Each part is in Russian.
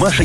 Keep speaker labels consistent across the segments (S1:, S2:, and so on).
S1: Маша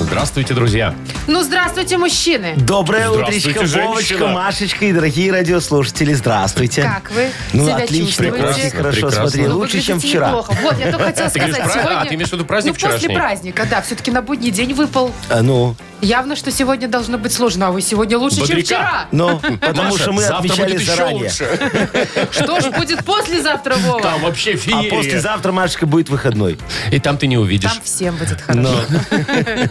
S2: Здравствуйте, друзья.
S3: Ну, здравствуйте, мужчины.
S4: Доброе
S2: Здравствуйте,
S4: утречко,
S2: женщина.
S4: Вовочка, Машечка и дорогие радиослушатели. Здравствуйте.
S3: Как вы
S4: Ну,
S3: себя
S4: отлично,
S3: чувствуете?
S4: очень
S2: Прекрасно,
S4: хорошо.
S2: прекрасно.
S4: Смотри,
S3: Ну,
S4: лучше, чем
S3: выглядите
S4: вчера.
S3: неплохо. Вот, я только хотела
S2: Ты говоришь,
S3: сказать,
S2: праздник?
S3: сегодня...
S2: А, ты имеешь в виду праздник
S3: Ну, после
S2: вчерашний?
S3: праздника, да, все-таки на будний день выпал.
S4: А, Ну,
S3: Явно, что сегодня должно быть сложно, а вы сегодня лучше,
S2: Бодряка.
S3: чем вчера.
S4: ну, потому
S2: Маша,
S4: что мы
S2: завтра
S4: отмечали
S2: будет еще
S4: заранее.
S2: лучше.
S3: Что же будет послезавтра, Вова?
S2: Там вообще
S4: А
S2: феерия.
S4: послезавтра, Машечка, будет выходной.
S2: И там ты не увидишь.
S3: Там всем будет хорошо. Доброе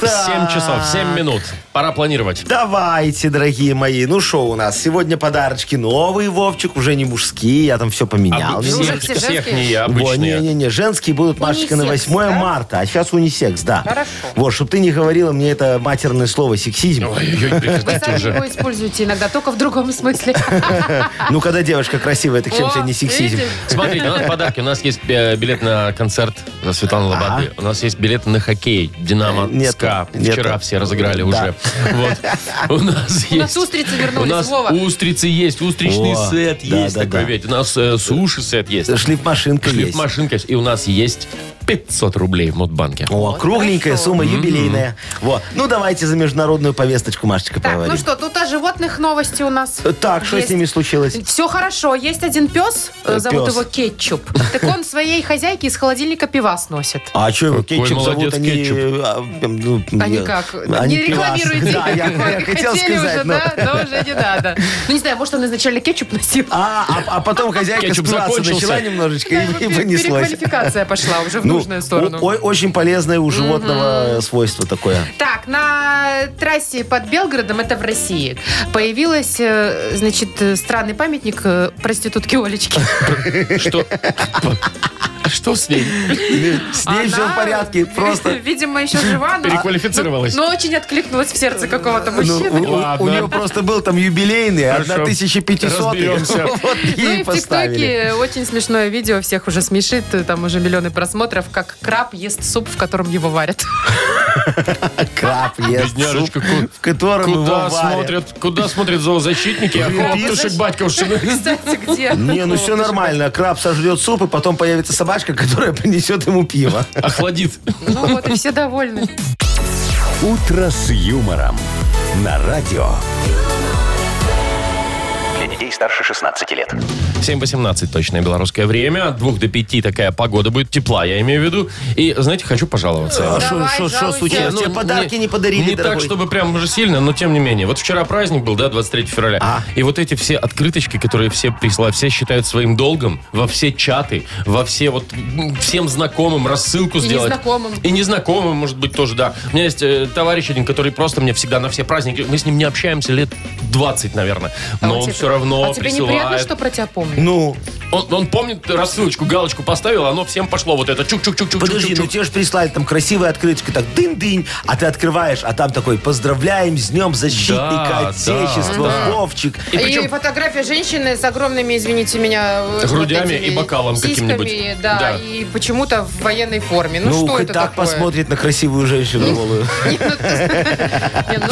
S2: 7 часов, 7 минут. Пора планировать.
S4: Давайте, дорогие мои. Ну, что у нас? Сегодня подарочки новые, Вовчик, уже не мужские. Я там все поменял.
S2: Обы-
S3: ну,
S2: А всех,
S3: все
S2: всех
S3: женские.
S2: не
S4: Во,
S2: обычные.
S4: не-не-не, женские будут, Машечка, на
S3: Унисекс,
S4: 8 марта, а сейчас унисекс, да.
S3: Хорошо.
S4: Вот, чтобы ты не говорила мне это матерное слово сексизм.
S2: Ой-ой-ой,
S3: Вы
S2: прекратите
S3: сами его
S2: уже.
S3: используете иногда, только в другом смысле.
S4: Ну, когда девушка красивая, так чем
S3: А. О,
S4: тебе не сексизм?
S3: видите?
S2: Смотрите, у нас подарки. У нас есть э, билет на концерт за Светланы Лободы. У нас есть билет на хоккей. Динамо,
S4: Нет,
S2: СКА.
S4: нет.
S2: Вчера все разыграли
S4: Да.
S2: уже. Вот. У нас
S3: У нас
S2: есть...
S3: устрицы
S2: У
S3: вернулись,
S2: нас
S3: Вова.
S2: устрицы есть, устричный
S4: О,
S2: сет
S4: да,
S2: есть
S4: да,
S2: такой,
S4: да.
S2: ведь. У нас э, суши-сет есть.
S4: Шлифмашинка есть.
S2: Шлифмашинка. есть. И у нас есть 500 рублей в Модбанке.
S4: О, кругленькая сумма, юбилейная. Вот. Ну, давайте за международную повесточку, Машечка,
S3: Так,
S4: поговорим.
S3: ну что, тут о животных новости у нас.
S4: Так, что с
S3: Есть.
S4: ними случилось?
S3: Все хорошо. Есть один пес,
S4: Э,
S3: зовут
S4: пес.
S3: его Кетчуп. Так он своей хозяйке из холодильника пивас носит.
S4: А что его
S2: Какой
S4: кетчуп
S2: молодец
S4: зовут? Они,
S2: кетчуп.
S4: э, а, м, ну,
S3: Они
S4: э,
S3: как?
S4: они
S3: не
S4: пивас.
S3: рекламируйте.
S4: Да, я,
S3: Как
S4: я
S3: вы
S4: хотел
S3: хотели
S4: сказать,
S3: уже,
S4: но...
S3: да, но уже не надо. Ну, не знаю, может, он изначально кетчуп носил.
S4: А, а- а потом хозяйка
S2: Кетчуп
S4: спиваться
S2: закончился.
S4: начала немножечко
S3: Да, его
S4: и, и
S3: пере-
S4: понеслось.
S3: Переквалификация пошла уже в
S4: Ну,
S3: нужную сторону.
S4: о- о- очень полезное у животного свойство такое.
S3: Так, на трассе под Белгородом, это в России, появилась, э, значит, э, странный памятник э, проститутки Олечки.
S2: Что? Что с ней?
S4: С ней все в
S3: Она,
S4: порядке, просто...
S3: Видимо, еще жива, но...
S2: Переквалифицировалась.
S3: Но очень откликнулась в сердце какого-то
S4: ну, у-
S3: мужчины.
S4: у,
S2: Ладно.
S4: у нее просто был там юбилейный,
S2: Хорошо.
S4: 1500.
S2: Разберемся.
S4: Вот
S3: Ну
S4: ей
S3: и
S4: и
S3: в
S4: поставили.
S3: ТикТоке очень смешное видео, всех уже смешит, там уже миллионы просмотров, как краб ест суп, в котором его варят.
S4: Краб ест суп,
S2: Бедняжечка, ку-
S4: в котором
S2: Куда
S4: его варят.
S2: смотрят, куда смотрят зоозащитники? А
S4: Гребешки.
S2: хлоптушек батьковщины.
S3: Кстати, где?
S4: Не, ну все нормально. Краб сожрет суп, и потом появится собачка, которая принесет ему пиво.
S2: Охладит.
S3: Ну вот, и все довольны.
S1: «Утро с юмором» на радио. Для детей старше 16 лет.
S2: 7.18 точное белорусское время. От 2 до 5 такая погода будет. Тепла, я имею в виду. И, знаете, хочу пожаловаться.
S4: А шо- шо- шо
S3: жалуйся.
S4: случилось?
S2: Не, ну,
S4: Тебе подарки не подарили,
S2: Не так,
S4: дорогой?
S2: чтобы прям уже сильно, но тем не менее. Вот вчера праздник был, да, 23 февраля.
S4: А.
S2: И вот эти все открыточки, которые все прислали, все считают своим долгом во все чаты, во все вот м, всем знакомым рассылку сделать.
S3: незнакомым.
S2: И незнакомым, может быть, тоже, да. У меня есть э, товарищ один, который просто мне всегда на все праздники... Мы с ним не общаемся лет 20, наверное.
S3: А
S2: Но
S3: вот
S2: он
S3: тебе-
S2: все равно
S3: А тебе неприятно,
S2: присылает.
S3: что про тебя помнят?
S4: Ну,
S2: Он, он помнит рассылочку, галочку поставил, оно всем пошло вот это чук-чук-чук-чук.
S4: подожди, ну тебе же прислали там красивая открыточка, так дынь-дынь, а ты открываешь, а там такой, поздравляем с Днем
S2: Да,
S4: Защитника Отечества,
S2: да.
S4: Вовчик.
S2: И причем-
S3: И фотография женщины с огромными, извините меня, э,
S2: Грудями
S3: вот этими
S2: и бокалом
S3: сиськами,
S2: каким-нибудь.
S3: Да,
S2: Да.
S3: и почему-то в военной форме. Ну, что
S4: хоть
S3: это
S4: так
S3: такое?
S4: посмотрит на красивую женщину голую.
S3: Не, ну,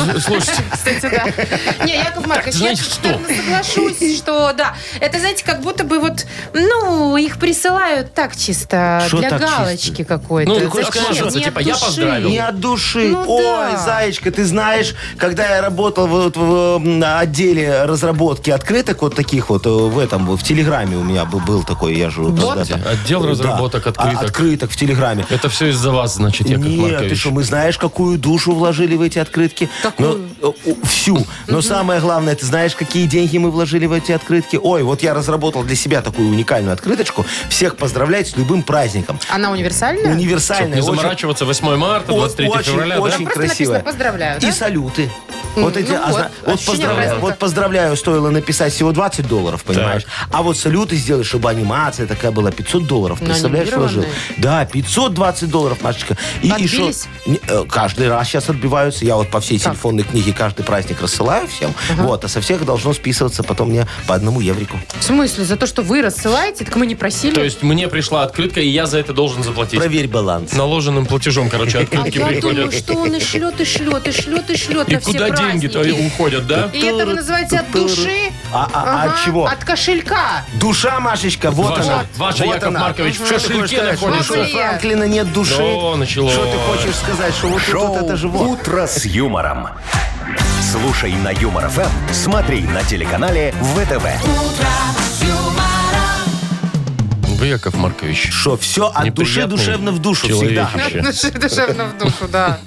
S3: не, ну,
S2: Слушайте.
S3: Кстати, да. Не, Яков Маркович, я
S2: знаете, что?
S3: наверное, соглашусь, что да. Это, знаете, как будто бы вот, ну, их присылают так чисто,
S4: Что
S3: для
S4: так чисто?
S3: галочки какой-то.
S2: Ну,
S3: Зачем?
S2: хочешь сказать,
S3: Не от
S2: типа, я
S3: души.
S2: поздравил.
S4: Не от души.
S3: Ну
S4: Ой,
S3: да.
S4: Заячка, ты знаешь, когда я работал вот в, м, отделе разработки открыток, вот таких вот, э, в этом, вот, в Телеграме у меня был, был такой, я же когда-то-
S2: Отдел
S4: Да.
S2: разработок
S4: А,
S2: открыток.
S4: открыток в Телеграме.
S2: Это все из-за вас, значит, Яков
S4: Нет, ты
S2: Маркович.
S4: что, мы знаешь, какую душу вложили в эти открытки?
S3: Какую?
S4: Но, э, у- всю. Но самое главное, ты знаешь, какие деньги мы вложили в эти открытки? Ой, вот я разработал для себя такую уникальную открыточку. Всех поздравлять с любым праздником.
S3: Она универсальная?
S2: Чтоб
S4: Универсальная.
S2: Ну, не
S4: Э, очень-
S2: заморачиваться 8 марта,
S4: О-
S2: 23
S4: очень,
S2: февраля,
S4: очень
S3: Там просто
S4: красиво.
S3: написано «поздравляю», да?
S4: И салюты.
S3: М,
S4: Вот эти,
S3: ну
S4: а
S3: вот,
S4: зна- вот,
S3: ощущение
S4: поздравляю,
S3: праздника.
S4: вот поздравляю, стоило написать всего 20 долларов, понимаешь? А вот салюты сделали, чтобы анимация такая была, 500 долларов,
S3: Ну,
S4: представляешь, вложил?
S3: анимированная.
S4: Да, 520 долларов, Машечка. И, и шо-
S3: Отбились?
S4: Не, э, Каждый раз сейчас отбиваются. Я вот по всей
S3: Так.
S4: телефонной книге каждый праздник рассылаю всем. Вот, а со всех должно списываться потом мне по одному еврику.
S3: В смысле? За то, что вы рассылаете, так мы не просили?
S2: да? То есть мне пришла открытка, и я за это должен заплатить.
S4: Проверь баланс.
S2: Наложенным платежом, короче,
S5: А
S2: открытки
S5: я думаю,
S2: приходят.
S5: что он и шлет, и шлет, и шлет, и шлет
S2: И
S5: на все
S2: куда деньги-то
S5: праздники.
S2: уходят, да?
S3: И это называется от души?
S4: А- а- а от чего?
S3: От кошелька.
S4: Душа, Машечка, вот
S2: Ваша-
S4: она.
S2: ваша,
S4: вот
S2: Яков Маркович, в
S4: Что ты
S2: кошельке
S4: хочешь сказать,
S2: находится.
S4: что у Франклина нет души?
S2: Ну, началось.
S4: Что ты хочешь сказать, что вот
S1: Шоу
S4: тут это же вот.
S1: «Утро с юмором». Слушай на Юмор ФМ, смотри на телеканале ВТВ.
S2: Вы, Яков Маркович.
S4: Что, все от души
S2: неприятный
S4: душевно в душу
S2: человечище.
S4: всегда.
S3: От души душевно в душу, да.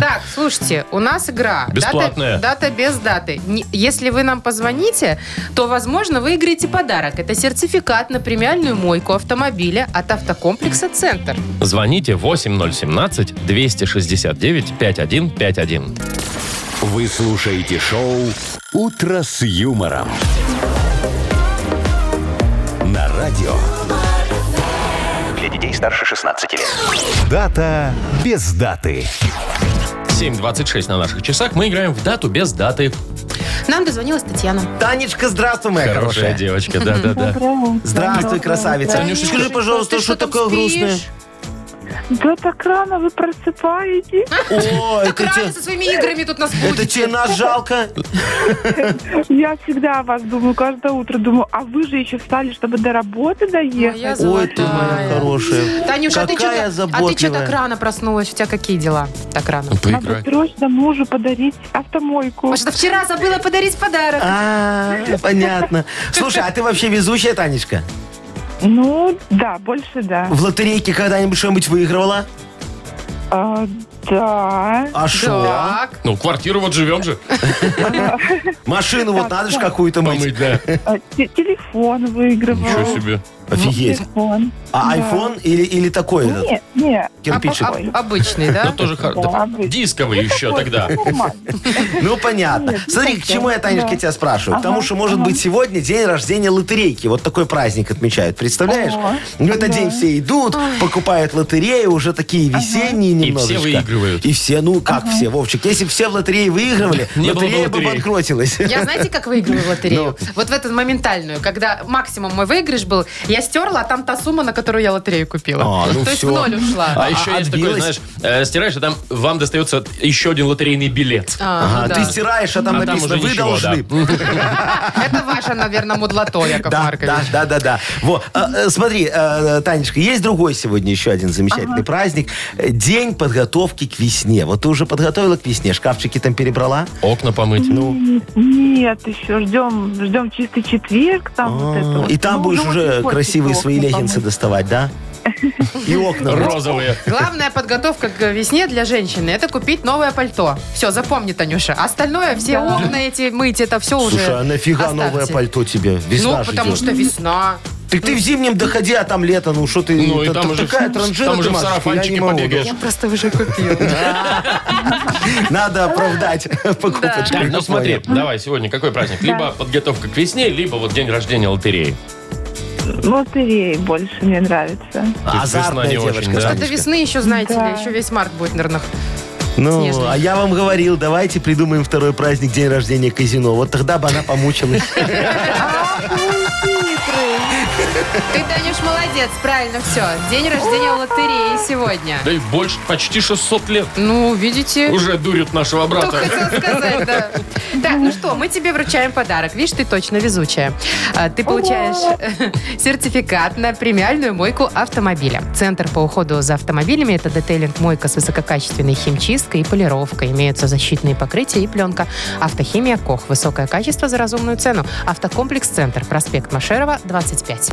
S3: Так, слушайте, у нас игра.
S2: Бесплатная.
S3: Дата, дата без даты. Не- Если вы нам позвоните, то, возможно, выиграете подарок. Это сертификат на премиальную мойку автомобиля от автокомплекса «Центр».
S2: Звоните 8017-269-5151.
S1: Вы слушаете шоу «Утро с юмором». На радио. Для детей старше 16 лет. Дата без даты.
S2: 7.26 на наших часах. Мы играем в дату без даты.
S3: Нам дозвонилась Татьяна.
S4: Танечка, здравствуй, моя
S2: Хорошая
S4: хорошая.
S2: девочка, да-да-да.
S4: Здравствуй, красавица.
S2: Танюшечка,
S4: Скажи, пожалуйста,
S3: ты
S4: что
S3: что там
S4: такое грустное?
S3: спишь?
S6: Да так рано вы просыпаете.
S4: О,
S3: Так
S4: это
S3: рано
S4: тебе...
S3: со своими играми тут нас
S4: Это
S3: будет.
S4: тебе нас жалко?
S6: Я всегда о вас думаю, каждое утро думаю, а вы же еще встали, чтобы до работы доехать.
S3: Моя
S4: Ой, ты моя
S3: золотая.
S4: хорошая.
S3: Танюша, а ты
S4: Какая
S3: что так, а ты чё
S4: заботливая.
S3: так рано проснулась? У тебя какие дела так рано?
S6: Надо
S2: Поиграть.
S6: срочно А мужу подарить автомойку.
S3: Потому что вчера забыла подарить подарок.
S4: А, понятно. Слушай, а ты вообще везучая, Танечка?
S6: Ну, да, больше да.
S4: В лотерейке когда-нибудь что-нибудь выигрывала?
S6: А, да.
S4: А что?
S3: Так.
S2: Ну, квартиру вот живем же.
S4: Машину вот надо же какую-то мыть.
S2: Помыть, да.
S6: А, те- телефон выигрывал.
S2: Ничего себе.
S4: Ну, Офигеть.
S6: Телефон. ну,
S4: А
S6: Да.
S4: iPhone или, или такой этот,
S6: Нет, нет.
S4: кирпичик?
S3: Об- об- обычный,
S2: Ну,
S3: да?
S2: тоже хор-
S6: Да,
S2: да,
S6: обычно.
S2: дисковый
S4: а
S2: еще тогда.
S6: Нормально.
S4: Ну, понятно.
S6: Нет,
S4: Смотри,
S6: не
S4: к чему я,
S6: совсем,
S4: Танечка,
S6: да.
S4: тебя спрашиваю.
S6: Ага,
S4: Потому что, может
S6: ага.
S4: быть, сегодня день рождения лотерейки. Вот такой праздник отмечают, представляешь?
S6: О,
S4: В этот
S6: да.
S4: день все идут, покупают лотерею, уже такие весенние немножечко.
S2: все выигрывают.
S4: И все, ну как все, Вовчик? Если бы все в лотереи выигрывали,
S2: Не было бы
S4: лотерея бы
S2: лотерей.
S4: банкротилась.
S3: Я знаете, как выигрываю в лотерею?
S4: Ну.
S3: Вот в эту моментальную, когда максимум мой выигрыш был, я стерла, а там та сумма, на которую я лотерею купила.
S4: А, ну
S3: То есть
S4: всё.
S3: в ноль ушла.
S2: А еще есть такой,
S4: отбилась?
S2: знаешь, э, стираешь, а там вам достается еще один лотерейный билет.
S3: А,
S4: Ага,
S3: ну да.
S4: ты стираешь, а там
S2: А там
S4: написано,
S2: уже
S4: вы
S2: ничего, да.
S4: должны.
S3: Это ваша, наверное, мудлото, Яков
S4: Да,
S3: Маркович.
S4: да, да, да, да. Во, э, э, смотри, э, Танечка, есть другой сегодня еще один замечательный праздник. Э, День подготовки к весне. Вот ты уже подготовила к весне, шкафчики там перебрала?
S2: Окна помыть.
S4: Ну,
S6: Нет, еще ждем, ждем чистый четверг, там вот это. вот.
S4: А. И там
S6: Ну,
S4: будешь
S6: ну,
S4: уже
S6: очень хочется
S4: красивые свои
S6: окна
S4: леггинсы
S6: помыть.
S4: доставать, да? И окна.
S2: Розовые.
S3: Главная подготовка к весне для женщины – это купить новое пальто. Все, запомни, Танюша. Остальное, все окна эти мыть, это все уже
S4: Слушай, а нафига
S3: оставьте.
S4: новое пальто тебе? Весна
S3: Ну,
S4: же
S3: потому
S4: идет.
S3: что весна.
S4: Так ты в зимнем доходи, а там лето, ну что ты...
S2: Ну, и
S4: та-
S2: там
S4: та-
S2: уже
S4: такая
S2: в-
S4: транжира
S2: там уже в
S4: ты, Машечка, я не
S2: сарафанчике
S4: могу,
S2: побегаешь.
S3: Я просто уже купила.
S4: Надо оправдать покупочку.
S2: Так, ну смотри, давай, сегодня какой праздник? Либо подготовка к весне, либо вот день рождения лотереи.
S6: Лотереи больше мне нравится.
S2: весна
S4: Азартная
S2: не очень, да.
S4: девочка.
S3: Что-то
S4: Танечка.
S3: весны еще, знаете
S6: Да.
S3: ли, еще весь март будет, наверное.
S4: Ну,
S3: снежный.
S4: а я вам говорил, давайте придумаем второй праздник, день рождения казино. Вот тогда бы она помучилась.
S3: Ты, Танюш, молодец, правильно все. День рождения лотереи сегодня.
S2: Да и больше, почти 600 лет
S3: Ну, видите,
S2: уже дурят нашего
S3: что
S2: брата.
S3: хотела сказать, да. Так, ну что, мы тебе вручаем подарок. Видишь, ты точно везучая. А, Ты получаешь э, сертификат на премиальную мойку автомобиля. Центр по уходу за автомобилями – это детейлинг мойка с высококачественной химчисткой и полировкой. Имеются защитные покрытия и пленка. Автохимия КОХ. Высокое качество за разумную цену. Автокомплекс «Центр». Проспект Машерова, 25.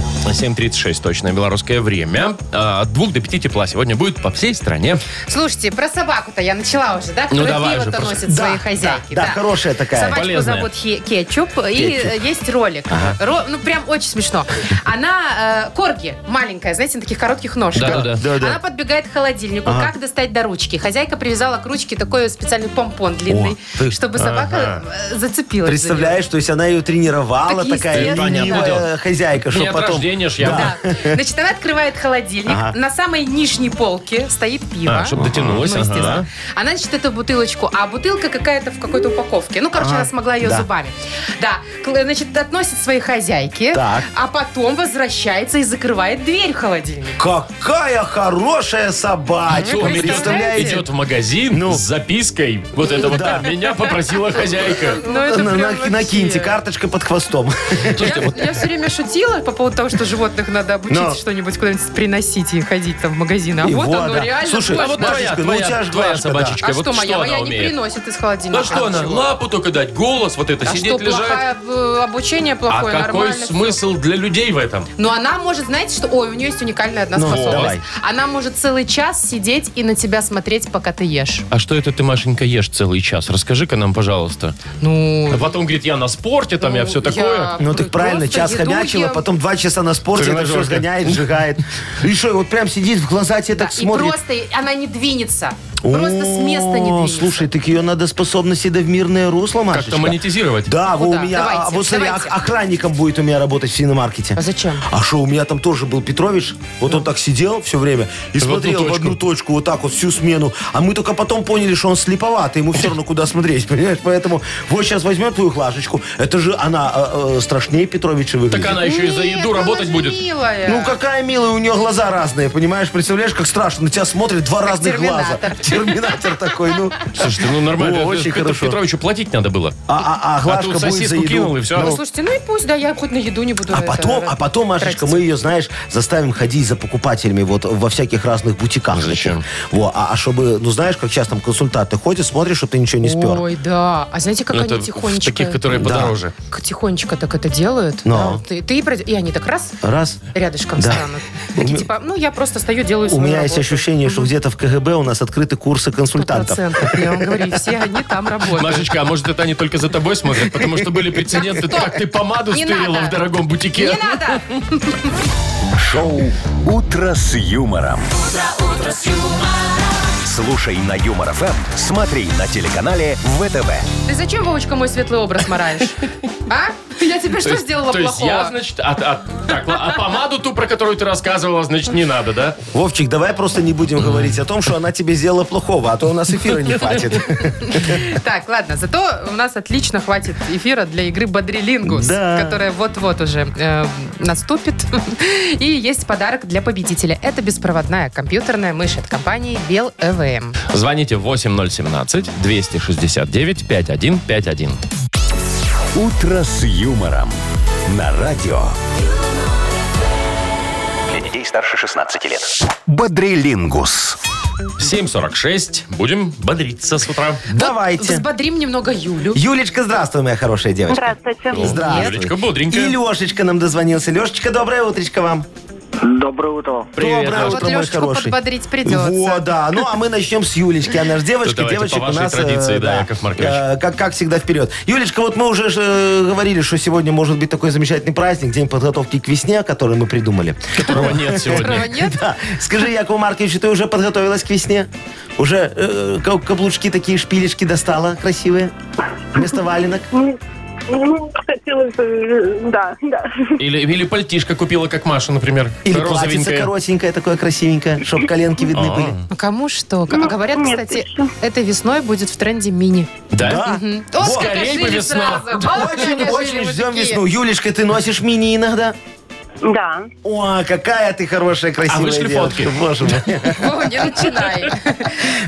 S2: 7.36, точное белорусское время. А, От 2 до 5 тепла сегодня будет по всей стране.
S3: Слушайте, про собаку-то я начала уже, да?
S4: Ну,
S3: Которая
S2: давай
S3: пиво-то
S2: же, просто-
S3: носит
S4: Да,
S3: своей
S4: да,
S3: хозяйки.
S4: да, хорошая такая.
S3: Собачку
S2: Полезная.
S3: зовут Хе- Кетчуп, и
S4: Кетчуп.
S3: э, есть ролик. Ро- ну, прям очень смешно. Она э, корги, маленькая, знаете, на таких коротких ножках.
S2: Да-да-да.
S4: Да-да.
S3: Она подбегает к холодильнику. Как достать до ручки? Хозяйка привязала к ручке такой специальный помпон длинный,
S4: О, ты-
S3: чтобы собака э, зацепилась. за него.
S4: Представляешь, то есть она ее тренировала,
S3: Так
S4: такая
S3: естественно.
S4: ленивая
S2: Понятное дело.
S4: хозяйка,
S2: Не
S4: что
S2: от
S4: потом...
S2: рождения ж я.
S3: Да. Значит, она открывает холодильник.
S4: Ага.
S3: На самой нижней полке стоит пиво.
S2: А, чтоб дотянулось,
S3: Ну,
S2: ага.
S3: естественно. Она, значит, эту бутылочку, а бутылка какая-то в какой-то упаковке. Ну,
S2: А,
S3: короче, она смогла ее
S4: Да.
S3: зубами. Да. Кл- Значит, относит своей хозяйке,
S4: Так.
S3: а потом возвращается и закрывает дверь в холодильник.
S4: Какая хорошая собачка,
S3: Вы
S4: А представляете?
S3: представляете?
S2: Идет в магазин
S4: Ну.
S2: с запиской. Вот это вот.
S4: Да.
S2: Меня попросила хозяйка.
S3: Ну, это
S4: На-
S3: прям
S4: на-
S3: вообще.
S4: Накиньте карточка под хвостом.
S2: а? Слушайте, вот
S3: Я, я все время шутила по поводу того, что животных надо обучить
S4: Но.
S3: что-нибудь куда-нибудь приносить и ходить там в магазин. А
S4: И
S3: вот
S4: вот,
S3: оно
S4: да.
S3: реально.
S4: Слушай,
S3: можно.
S2: а вот твоя,
S4: Машечка, ну у
S2: твоя,
S4: тебя ж
S2: твоя
S4: глажка, да.
S2: собачка.
S3: а
S2: вот
S3: что, моя, моя
S2: она
S3: не
S2: умеет?
S3: приносит из холодильника.
S2: Да Ну, что она,
S3: ничего.
S2: лапу только дать, голос вот это,
S3: А
S2: сидеть,
S3: что,
S2: лежать.
S3: плохое э, обучение
S2: А
S3: плохое,
S2: какой
S3: нормально всё.
S2: смысл для людей в этом?
S3: Но она может, знаете, что... Ой, у нее есть уникальная одна
S4: Ну,
S3: способность.
S4: давай.
S3: Она может целый час сидеть и на тебя смотреть, пока ты ешь.
S2: А что это ты, Машенька, ешь целый час? Расскажи-ка нам, пожалуйста.
S3: Ну,
S2: А потом говорит, я на спорте, там я
S3: Ну,
S2: все
S3: я-
S2: А такое.
S4: Ну, так правильно,
S3: Просто
S4: час
S3: еду
S4: хомячила,
S3: ем.
S4: потом два часа на спорте, это все
S2: Тренажерка.
S4: сгоняет, сжигает. И что, вот прям сидит в глаза тебе
S3: да,
S4: так
S3: и
S4: смотрит.
S3: просто она не двинется. Просто с места не
S4: О,
S3: двинется.
S4: Слушай, так ее надо способности да в мирное русло, Машечка.
S2: Как-то монетизировать.
S4: Да, во, у
S3: Куда?
S4: меня,
S3: Давайте,
S4: а, вот смотри,
S3: давайте.
S4: ох- охранником будет у меня работать в синемаркете.
S3: А зачем? Ну.
S4: А что, у меня там тоже был Петрович, вот он так сидел все время и
S2: В одну
S4: смотрел в
S2: точку.
S4: одну точку, вот так вот всю смену. А мы только потом поняли, что он слеповат, и ему все равно куда смотреть, понимаешь? Поэтому вот сейчас возьмет твою клашечку, это же она э, э, страшнее Петровича выглядит.
S2: Так она еще и за
S3: Нет,
S2: еду
S3: она
S2: работать
S3: же
S2: будет.
S3: милая.
S4: Ну, какая милая, у нее глаза разные, понимаешь? Представляешь, как страшно, на тебя смотрят два разных глаза. Терминатор такой, ну.
S2: Слушайте, ну нормально.
S4: О,
S2: Это
S4: очень
S2: Петру
S4: хорошо.
S2: Петровичу платить надо было.
S4: А, а, а
S2: А
S4: Глашка
S2: тут
S4: будет за
S2: сосиску
S4: еду.
S2: кинул и все.
S3: Ну, Слушайте, ну и пусть, да, я хоть на еду не буду.
S4: А
S3: это
S4: потом, а потом, Машечка,
S3: тратить.
S4: мы ее, знаешь, заставим ходить за покупателями вот во всяких разных бутиках.
S2: Зачем?
S4: Во, а, а чтобы, ну знаешь, как сейчас там консультанты ходят, смотришь, что ты ничего не спер.
S3: Ой, да. А знаете, как
S2: Ну, Это
S3: они
S2: в
S3: тихонечко...
S2: таких, которые
S4: Да.
S2: подороже.
S3: к- Тихонечко так это делают.
S4: Но.
S3: Да, ты, ты и, пройдё- и они так раз
S4: Раз.
S3: рядышком
S4: Да.
S3: станут. Такие типа, ну я просто стою, делаю
S4: У
S3: свою
S4: меня есть
S3: работу.
S4: ощущение, что где-то в КГБ у нас открыты курсы консультантов.
S3: 100%. Я вам говорю, все они там работают.
S2: Машечка, а может это они только за тобой смотрят? Потому что были прецеденты, как ты помаду
S3: Не
S2: стырила
S3: надо.
S2: в дорогом бутике.
S3: Не надо!
S1: Шоу «Утро с юмором». Слушай на Юмор ФМ, смотри на телеканале ВТВ.
S3: Ты зачем, Вовочка, мой светлый образ мараешь? А? Я тебе
S2: То
S3: что
S2: есть-
S3: сделала
S2: То есть я,
S3: плохого?
S2: значит, а- а- так, ла- а помаду ту, про которую ты рассказывала, значит, не надо, да?
S4: Вовчик, давай просто не будем говорить о том, что она тебе сделала плохого, а то у нас эфира не хватит.
S3: Так, ладно, зато у нас отлично хватит эфира для игры Бодрилингус,
S4: Да.
S3: которая вот-вот уже э, наступит. И есть подарок для победителя. Это беспроводная компьютерная мышь от компании Э Bell EVM.
S2: Звоните 8017-269-5151.
S1: «Утро с юмором» на радио.
S7: Для детей старше 16 лет.
S1: Бодрилингус.
S2: 7.46. Будем бодриться с утра.
S4: Давайте.
S3: Взбодрим немного Юлю.
S4: Юлечка, здравствуй, моя хорошая девочка.
S8: Здравствуйте.
S4: Здравствуй.
S2: Юлечка бодренькая.
S4: И Лешечка нам дозвонился. Лешечка, доброе утречко вам.
S9: Доброе утро.
S2: Привет,
S4: Доброе
S2: Лёш.
S4: утро,
S3: Вот
S4: мой
S3: Лешечку
S4: хороший.
S3: подбодрить придется.
S4: Во, да. Ну, а мы начнем с Юлечки. Она же девочка,
S2: давайте
S4: девочек
S2: по вашей
S4: у нас... э,
S2: традиции, да, Яков Маркович.
S4: э, как, как всегда, вперед. Юлечка, вот мы уже ж, э, говорили, что сегодня может быть такой замечательный праздник, день подготовки к весне, который мы придумали.
S2: Которого нет
S3: Которого
S2: сегодня.
S3: нет?
S4: Да. Скажи, Якову Марковичу, ты уже подготовилась к весне? Уже э, ка- каблучки такие, шпилечки достала красивые? Вместо валенок?
S8: Ну, хотелось, э, да, да.
S2: Или, или пальтишко купила, как Маша, например.
S4: Или платьице
S2: розовенькое.
S4: коротенькое, такое красивенькое, чтобы коленки видны
S2: А.
S4: были?
S3: Ну, Кому что? Как-
S8: Ну,
S3: Говорят,
S8: нет,
S3: кстати,
S8: еще.
S3: этой весной будет в тренде мини.
S2: Да?
S3: Мгм. О,
S2: скорей
S3: скажи
S2: бы
S3: не
S2: весна.
S3: сразу. О, скорей бы
S4: Очень-очень
S3: мужики.
S4: ждем весну. Юлечка, ты носишь мини иногда?
S8: Да.
S4: О, какая ты хорошая, красивая
S2: А вышли
S4: девочка.
S2: фотки?
S4: Боже мой.
S3: Вова, не начинай.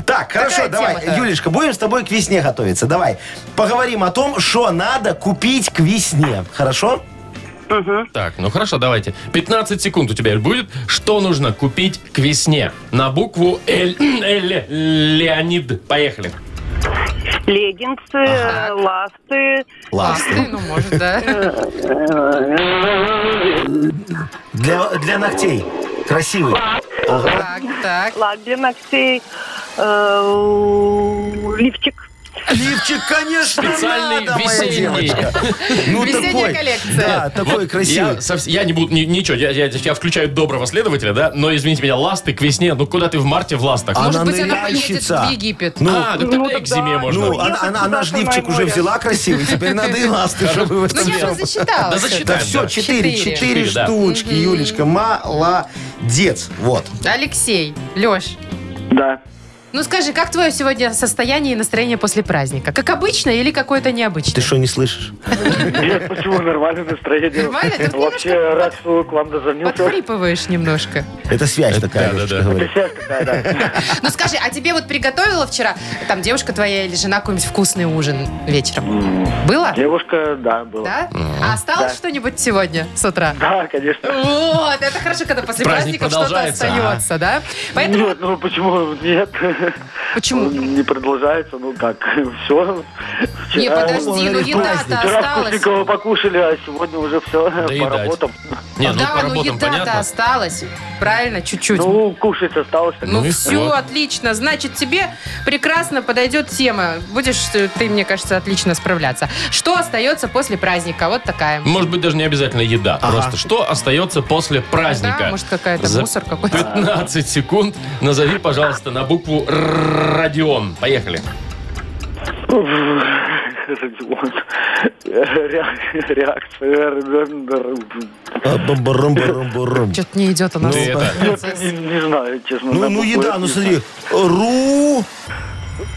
S4: Так, хорошо,
S3: Какая
S4: давай,
S3: тема-то?
S4: Юлечка, будем с тобой к весне готовиться. Давай, поговорим о том, что надо купить к весне. Хорошо?
S2: Так, ну хорошо, давайте. 15 секунд у тебя Эль, будет. Что нужно купить к весне? На букву Л. Л- Леонид. Поехали.
S8: леггинсы, э, ласты.
S4: Ласты.
S3: Ласты, ну, может, да. А,
S4: Для, для ногтей. Красивый.
S3: Так, так.
S8: Лак для ногтей, э, лифчик.
S4: Лифчик, конечно,
S2: Специальный
S4: надо, моя
S2: весенний.
S4: девочка. Ну,
S3: Весенняя
S4: такой,
S3: коллекция.
S4: Да, такой красивый.
S2: Я, совс- я не буду, ни- ничего, я, я- я включаю доброго следователя, да, но, извините меня, ласты к весне, ну куда ты в марте в ластах?
S4: А,
S3: Может
S4: Она
S3: быть, она поедет
S4: ныряльщица.
S3: в Египет.
S4: Ну,
S2: а, так тогда
S8: ну,
S2: и к
S8: да.
S2: зиме можно.
S4: Ну, она, она, она же лифчик уже взела красивый, теперь надо и ласты, чтобы вы
S3: Ну, я
S4: там-
S3: же засчитала.
S2: Да
S4: Да
S2: засчитаем,
S4: все,
S2: да.
S4: четыре,
S3: Четыре.
S4: четыре
S2: Четыре, да.
S4: штучки, Юлечка, молодец. Вот.
S3: Алексей, Леш,
S7: Да.
S3: ну скажи, как твое сегодня состояние и настроение после праздника? Как обычно или какое-то необычное?
S4: Ты что, не слышишь?
S9: Нет, почему нормальное настроение?
S3: Нормально? Ты вот
S9: Вообще
S3: немножко
S9: рад, что к вам дозвонился.
S3: Подхрипываешь немножко.
S4: Это связь такая,
S2: да, да,
S4: Лешечка
S2: да.
S4: говорит.
S9: Сейчас какая, да.
S3: Ну скажи, а тебе вот приготовила вчера там девушка твоя или жена какой-нибудь вкусный ужин вечером? Было?
S9: Девушка, да, была.
S3: Да? А осталось что-нибудь сегодня с утра?
S9: Да, конечно.
S3: Вот, это хорошо, когда после
S2: Праздник
S3: праздников что-то
S2: продолжается,
S3: остается, да? Поэтому
S9: Нет, ну почему нет?
S3: почему?
S9: Не продолжается, ну как, все.
S3: Не,
S9: а,
S3: подожди, ну еда-то
S9: Вчера
S3: осталась.
S9: вкусненького покушали, а сегодня уже все по
S2: Доедать.
S9: работам.
S2: Не, ну по
S3: Да, ну
S2: работам
S3: еда-то
S2: понятно.
S3: осталось. Правильно, чуть-чуть.
S9: Ну, кушать осталось. так.
S3: Ну,
S2: Ну и
S3: все,
S2: вот.
S3: отлично. Значит, тебе прекрасно подойдет тема. Будешь э, ты, мне кажется, отлично справляться. Что остается после праздника? Вот такая.
S2: Может быть, даже не обязательно еда. Просто что остается после праздника?
S3: Да, может, какая-то
S2: За
S3: мусор какой-то.
S2: 15 секунд назови, пожалуйста, на букву Р Родион. Поехали.
S9: Родион. Ре- Реакция.
S4: А, бам-барам-барам-барам.
S3: Что-то не идет у нас.
S2: Ты это-
S9: Нет, ну, не, не знаю, честно.
S4: Ну,
S9: на
S4: ну
S9: букву
S4: еда,
S9: «Р»
S4: ну
S9: не
S4: смотри. Ру...
S9: знаю.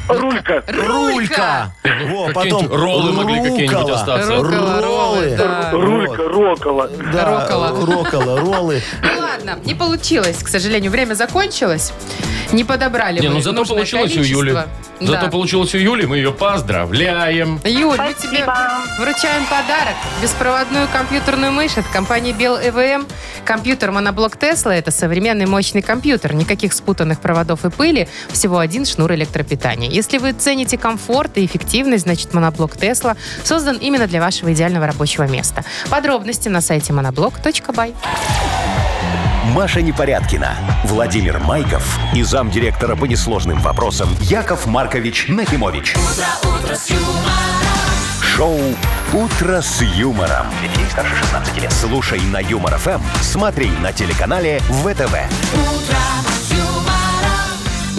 S9: Рулька.
S4: Рулька! Во, потом
S2: Какие-нибудь роллы могли какие-нибудь
S4: рукола.
S2: остаться.
S3: Рокола, роллы,
S4: Роллы.
S3: да.
S9: Рулька, рокола.
S4: Да,
S3: Рокола.
S4: рокола, роллы.
S3: Ну ладно, не получилось, к сожалению. Время закончилось. Не подобрали
S2: Не,
S3: мы
S2: ну зато
S3: нужное
S2: получилось у
S3: количество.
S2: Юли.
S3: Да.
S2: Зато получилось у Юли, мы ее поздравляем.
S3: Юль, мы тебе вручаем подарок. Беспроводную компьютерную мышь от компании Bell EVM. Компьютер моноблок Тесла – это современный мощный компьютер. Никаких спутанных проводов и пыли, всего один шнур электропитания. Если вы цените комфорт и эффективность, значит моноблок Тесла создан именно для вашего идеального рабочего места. Подробности на сайте monoblock.by.
S1: Маша Непорядкина, Владимир Майков и замдиректора по несложным вопросам Яков Маркович Нахимович. Шоу Утро с юмором. Для детей старше 16 лет. Слушай на юмор ФМ, смотри на телеканале ВТВ.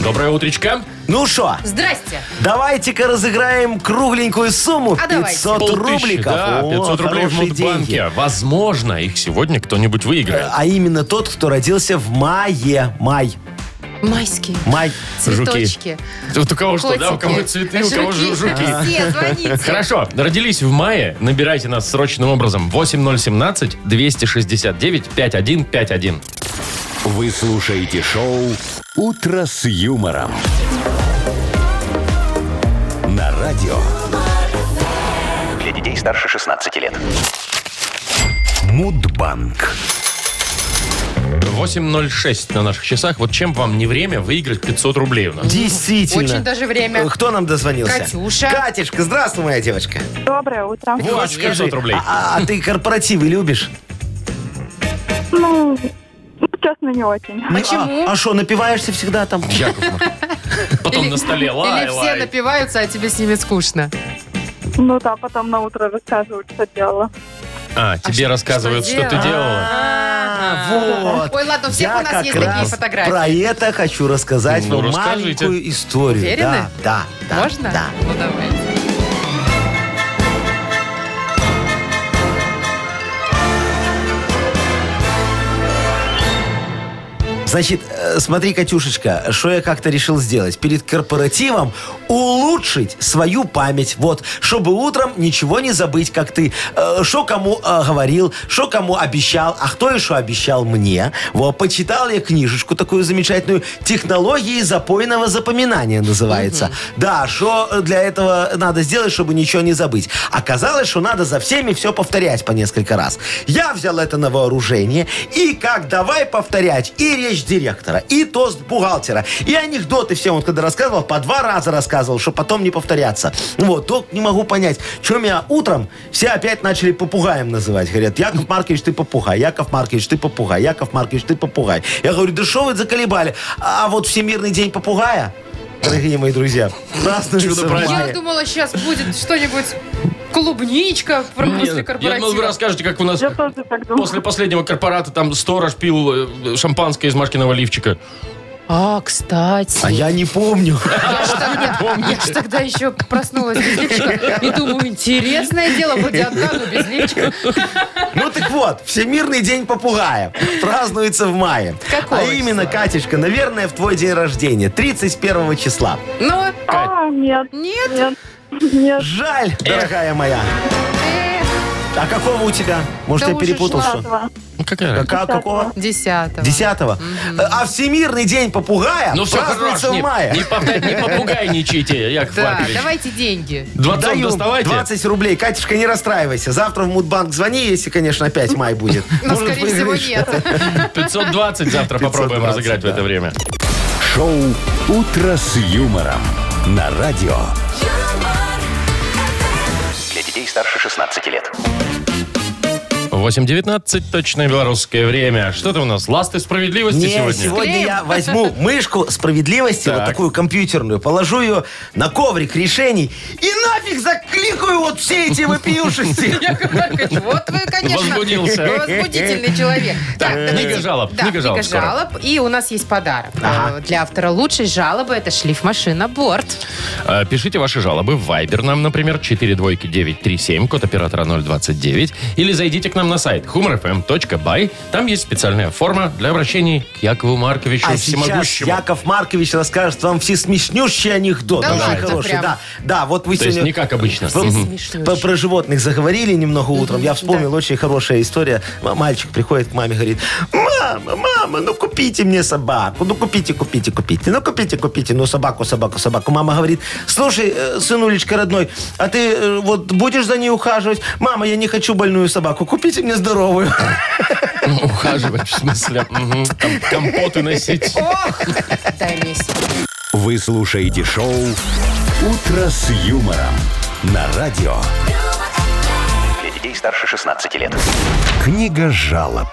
S2: Доброе утречко.
S4: Ну что,
S3: Здрасте!
S4: давайте-ка разыграем кругленькую сумму в
S3: А давайте.
S4: 500
S2: Полтыщи,
S4: рубликов.
S2: да,
S4: О,
S2: 500 рублей в
S4: хорошие
S2: Мудбанке.
S4: деньги.
S2: Возможно, их сегодня кто-нибудь выиграет.
S4: А именно тот, кто родился в мае. Май.
S3: Майские
S4: Май.
S3: цветочки.
S2: Вот у кого А что, да? У кого
S3: котики, А.
S2: цветы, у кого жу- жуки.
S3: Все, звоните.
S2: Хорошо, родились в мае, набирайте нас срочным образом 8017-269-5151.
S1: Вы слушаете шоу Утро с юмором. На радио
S7: Для детей старше 16 лет.
S1: Мудбанк.
S2: 8.06 на наших часах. Вот чем вам не время выиграть 500 рублей у нас?
S4: Действительно.
S3: Очень даже время.
S4: Кто нам дозвонился?
S3: Катюша.
S4: Катюшка, здравствуй, моя девочка.
S6: Доброе утро.
S8: Ну,
S2: Вот
S4: Скажи,
S2: 500 Ну, рублей.
S4: А, а- а ты корпоративы любишь?
S6: Ну, ну, честно, не очень.
S3: Почему?
S4: А что, напиваешься всегда там?
S2: Яков Маркович. Потом
S3: Или-
S2: на столе
S3: Или
S2: лай,
S3: все
S2: лай.
S3: напиваются, а тебе с ними скучно.
S6: Ну да, потом на утро рассказывают, что делала.
S2: А, тебе рассказывают,
S3: что
S2: что ты
S3: делала?
S2: делала.
S4: А, вот.
S3: Ой, ладно, у всех
S4: Я
S3: у нас
S4: как
S3: есть такие
S4: раз
S3: фотографии.
S4: Про это хочу рассказать
S2: Ну,
S4: вам
S2: расскажите.
S4: маленькую историю.
S3: Уверены?
S4: Да, да, да.
S3: Можно?
S4: Да.
S3: Ну давай.
S4: Значит, э, смотри, Катюшечка, что я как-то решил сделать. Перед корпоративом улучшить свою память. Вот, чтобы утром ничего не забыть, как ты. Что кому э, говорил, что кому обещал, а кто еще обещал мне. Вот, почитал я книжечку такую замечательную. «Технологии запойного запоминания» называется. Да, что для этого надо сделать, чтобы ничего не забыть. Оказалось, что надо за всеми все повторять по несколько раз. Я взял это на вооружение и как давай повторять. И речь дочь директора, и тост бухгалтера. И анекдоты всем, вот когда рассказывал, по два раза рассказывал, чтобы потом не повторяться. Вот, только не могу понять, чем меня утром все опять начали попугаем называть. Говорят, Яков Маркович, ты попугай, Яков Маркович, ты попугай, Яков Маркович, ты попугай. Я говорю, да что вы заколебали? А вот Всемирный день попугая, дорогие мои друзья, празднуется в
S2: Чудо-праздник.
S4: мае.
S5: Я думала, сейчас будет что-нибудь клубничка про- после
S2: Я думал, вы
S5: корпоратива.
S2: расскажете, как у нас
S6: Я тоже так думаю.
S2: после последнего корпората там сторож пил э, шампанское из Машкиного лифчика.
S3: А, кстати.
S4: А я не помню.
S3: Я ж тогда, я ж тогда еще проснулась без лифчика и думаю, интересное дело, вроде одна, но без лифчика.
S4: Ну так вот, Всемирный день попугая празднуется в мае.
S3: Какого
S4: а именно, Катечка, наверное, в твой день рождения, 31 числа.
S3: Ну,
S6: А, нет,
S3: нет.
S6: нет, нет.
S4: Жаль, дорогая моя. А какого у тебя? Может,
S3: Да
S4: я
S3: уже
S4: перепутал, что?
S6: Ладно.
S2: Ну, какая разница?
S4: Кака- какого?
S3: Десятого.
S4: Десятого. А Всемирный день попугая
S2: Ну все, хорош,
S4: празднуется
S2: не,
S4: в мае.
S2: не, повторяй, не попугайничайте, Яков
S3: Да,
S2: Маркович.
S3: давайте деньги. Ну,
S2: Двадцатку
S4: Даю
S2: доставайте.
S4: 20 рублей. Катюшка, не расстраивайся. Завтра в Мудбанк звони, если, конечно, опять май будет.
S3: Но,
S4: Может,
S3: скорее всего,
S4: выиграешь.
S3: нет.
S2: 520 завтра попробуем
S4: 520,
S2: разыграть в
S4: да.
S2: это время.
S1: Шоу «Утро с юмором» на радио.
S7: Для детей старше 16 лет.
S2: 8.19, точное белорусское время. Что то у нас? Ласты справедливости
S4: Не,
S2: сегодня?
S4: сегодня, я возьму мышку справедливости,
S2: Так.
S4: вот такую компьютерную, положу ее на коврик решений и нафиг закликаю вот все эти вопиюшисти.
S3: Яков Маркович, вот вы, конечно,
S2: Возбудился.
S3: возбудительный человек.
S2: Так,
S3: давайте.
S2: книга жалоб,
S3: Да,
S2: книга
S3: книга
S2: жалоб
S3: жалоб.
S2: скоро.
S3: И у нас есть подарок. Э, Для автора лучшей жалобы это шлифмашина Борт.
S2: Э, Пишите ваши жалобы в Viber нам, например, 42937, код оператора 029, или зайдите к нам на сайт humorfm.by. Там есть специальная форма для обращений к Якову Марковичу
S4: А сейчас
S2: Всемогущему.
S4: Яков Маркович расскажет вам все смешнющие анекдоты.
S3: Да
S4: очень
S3: ладно,
S4: хорошие.
S3: прям.
S4: Да, да, вот вы
S2: То есть не
S4: сегодня
S2: как обычно.
S4: П-
S2: Мгм.
S3: Смешно.
S4: П- Про животных заговорили немного утром. Я вспомнил очень хорошая история. М- Мальчик приходит к маме, говорит, мама, мама, ну купите мне собаку. Ну купите, купите, купите. Ну купите, купите. Ну собаку, собаку, собаку. Мама говорит, слушай, э, сынулечка родной, а ты э, вот будешь за ней ухаживать? Мама, я не хочу больную собаку. Купите мне здоровую.
S2: Ну, Ухаживать, в смысле. Мгм. Там компоты носить.
S3: Дай мне себе.
S1: Вы слушаете шоу «Утро с юмором» на радио.
S7: Для детей старше 16 лет.
S1: Книга жалоб.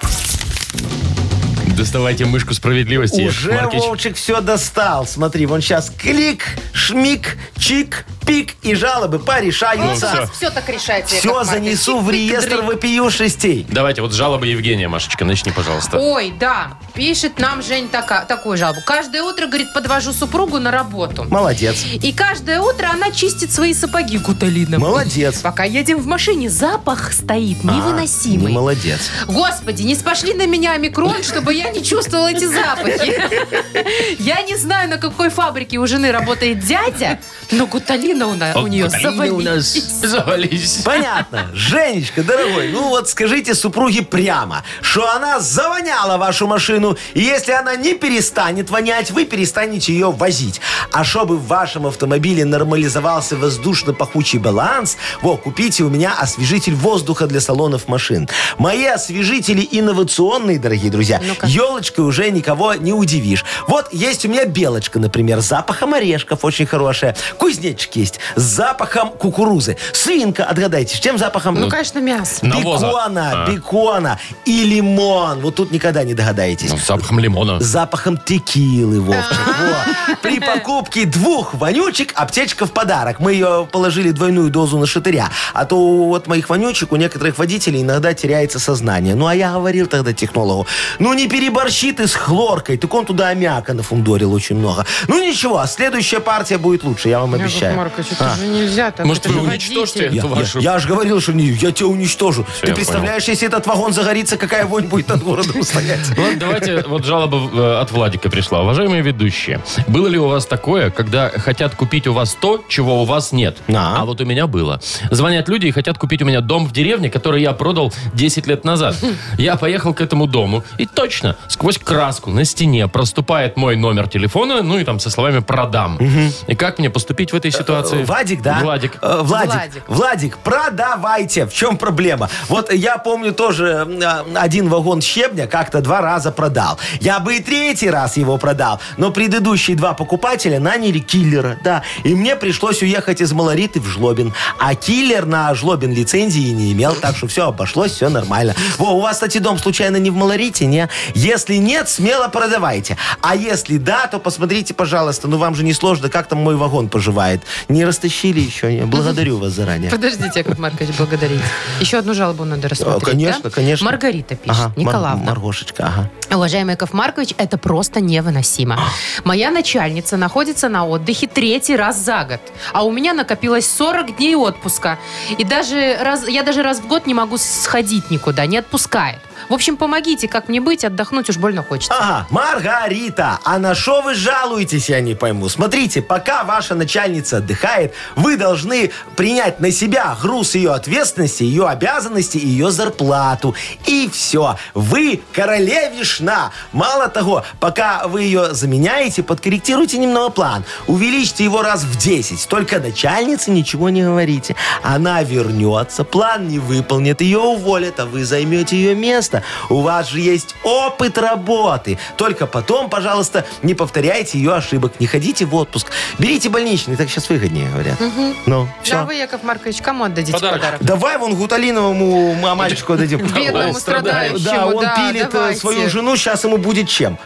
S2: Доставайте мышку справедливости, Яков
S4: Уже
S2: Маркович.
S4: Вовчик все достал. Смотри, вон сейчас клик, шмик, чик, пик и жалобы порешаются.
S2: Ну, всё.
S3: Все так решается.
S4: Все
S3: Яков Маркович.
S4: занесу в реестр вопиюшестей.
S2: Давайте, вот жалоба Евгения, Машечка, начни, пожалуйста.
S3: Ой, да, пишет нам Жень така- такую жалобу. Каждое утро, говорит, подвожу супругу на работу.
S4: Молодец.
S3: И каждое утро она чистит свои сапоги гуталином.
S4: Молодец.
S3: Пока едем в машине, запах стоит
S2: А,
S3: невыносимый.
S4: Не молодец.
S3: Господи, не спошли на меня микрон, чтобы я не чувствовала эти запахи. Я не знаю, на какой фабрике у жены работает дядя, но гуталина у, на- у нее
S2: Гуталины А у нас
S3: завалились.
S2: завались.
S4: Понятно. Женечка, дорогой, ну вот скажите супруге прямо, что она завоняла вашу машину, и если она не перестанет вонять, вы перестанете ее возить. А чтобы в вашем автомобиле нормализовался воздушно-пахучий баланс, во, купите у меня освежитель воздуха для салонов машин. Мои освежители инновационные, дорогие друзья. Елочкой уже никого не удивишь. Вот есть у меня белочка, например, с запахом орешков, очень хорошая. Кузнечик есть с запахом кукурузы. Свинка, отгадайте, с чем запахом?
S3: Ну, конечно, мясо.
S2: Навоза.
S4: Бекона,
S2: А.
S4: бекона и лимон. Вот тут никогда не догадаетесь.
S2: Ну, с запахом лимона.
S4: С запахом текилы, Вовчик. Во. При покупке двух вонючек аптечка в подарок. Мы ее положили двойную дозу на шатыря. А то у вот моих вонючек, у некоторых водителей иногда теряется сознание. Ну, а я говорил тогда технологу, ну не переборщи ты с хлоркой. Так он туда аммиака нафундорил очень много. Ну ничего, следующая партия будет лучше, я вам обещаю.
S3: Маркович, это же нельзя так.
S2: Может,
S3: это
S2: вы
S3: же
S2: уничтожите
S3: водитель.
S4: Я,
S2: эту вашу...
S4: же говорил, что не, я тебя уничтожу.
S2: я
S4: Ты представляешь, если этот вагон загорится, какая вонь будет над городом стоять?
S2: Ладно, Ну, давайте, вот жалоба э, от Владика пришла. Уважаемые ведущие, было ли у вас такое, когда хотят купить у вас то, чего у вас нет?
S4: Да.
S2: А вот у меня было. Звонят люди и хотят купить у меня дом в деревне, который я продал 10 лет назад. Я поехал к этому дому, и точно, сквозь краску на стене проступает мой номер телефона, ну и там со словами «продам». И как мне поступить в этой информации.
S4: Э, Вадик, да?
S2: Владик.
S4: Э, Владик.
S3: Владик.
S4: Владик. продавайте. В чем проблема? Вот я помню тоже м, а, один вагон щебня как-то два раза продал. Я бы и третий раз его продал, но предыдущие два покупателя наняли киллера, да. И мне пришлось уехать из Малориты в Жлобин. А киллер на Жлобин лицензии не имел, так что все обошлось, все нормально. Во, у вас, кстати, дом случайно не в Малорите, не? Если нет, смело продавайте. А если да, то посмотрите, пожалуйста, ну вам же не сложно, как там мой вагон поживает. Не растащили еще? не? Благодарю вас заранее.
S3: Подождите, Яков Маркович, благодарить. Еще одну жалобу надо рассмотреть.
S4: Э, конечно,
S3: да?
S4: конечно.
S3: Маргарита пишет,
S4: Ага, Мар-
S3: Николаевна.
S4: Маргошечка, ага.
S3: Уважаемый Яков Маркович, это просто невыносимо. Моя начальница находится на отдыхе третий раз за год, а у меня накопилось 40 дней отпуска. И даже раз, я даже раз в год не могу сходить никуда, не отпускает. В общем, помогите, как мне быть, отдохнуть уж больно хочется.
S4: Ага, Маргарита, а на что вы жалуетесь, я не пойму. Смотрите, пока ваша начальница отдыхает, вы должны принять на себя груз ее ответственности, ее обязанности и ее зарплату. И все. Вы королевишна. Мало того, пока вы ее заменяете, подкорректируйте немного план. Увеличьте его раз в 10. Только начальнице ничего не говорите. Она вернется, план не выполнит, ее уволят, а вы займете ее место. У вас же есть опыт работы. Только потом, пожалуйста, не повторяйте ее ошибок, не ходите в отпуск. Берите больничный, так сейчас выгоднее говорят. Ну, все.
S3: А вы, Яков Маркович, кому отдадите
S2: Подарок.
S3: подарок?
S4: Давай вон Гуталиновому м- мальчику дадим.
S2: Ой,
S3: Бедному страдающему,
S4: Да, он
S3: да,
S4: пилит э,
S3: давайте.
S4: свою жену, сейчас ему будет чем.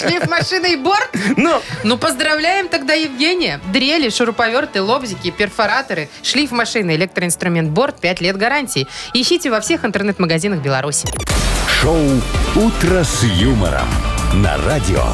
S3: Шлиф машины и борт?
S4: Ну,
S3: Ну, поздравляем тогда Евгения. Дрели, шуруповерты, лобзики, перфораторы, шлиф машины, электроинструмент борт, 5 лет гарантии. Ищите во всех интернет-магазинах Беларуси.
S1: Шоу «Утро с юмором» на радио.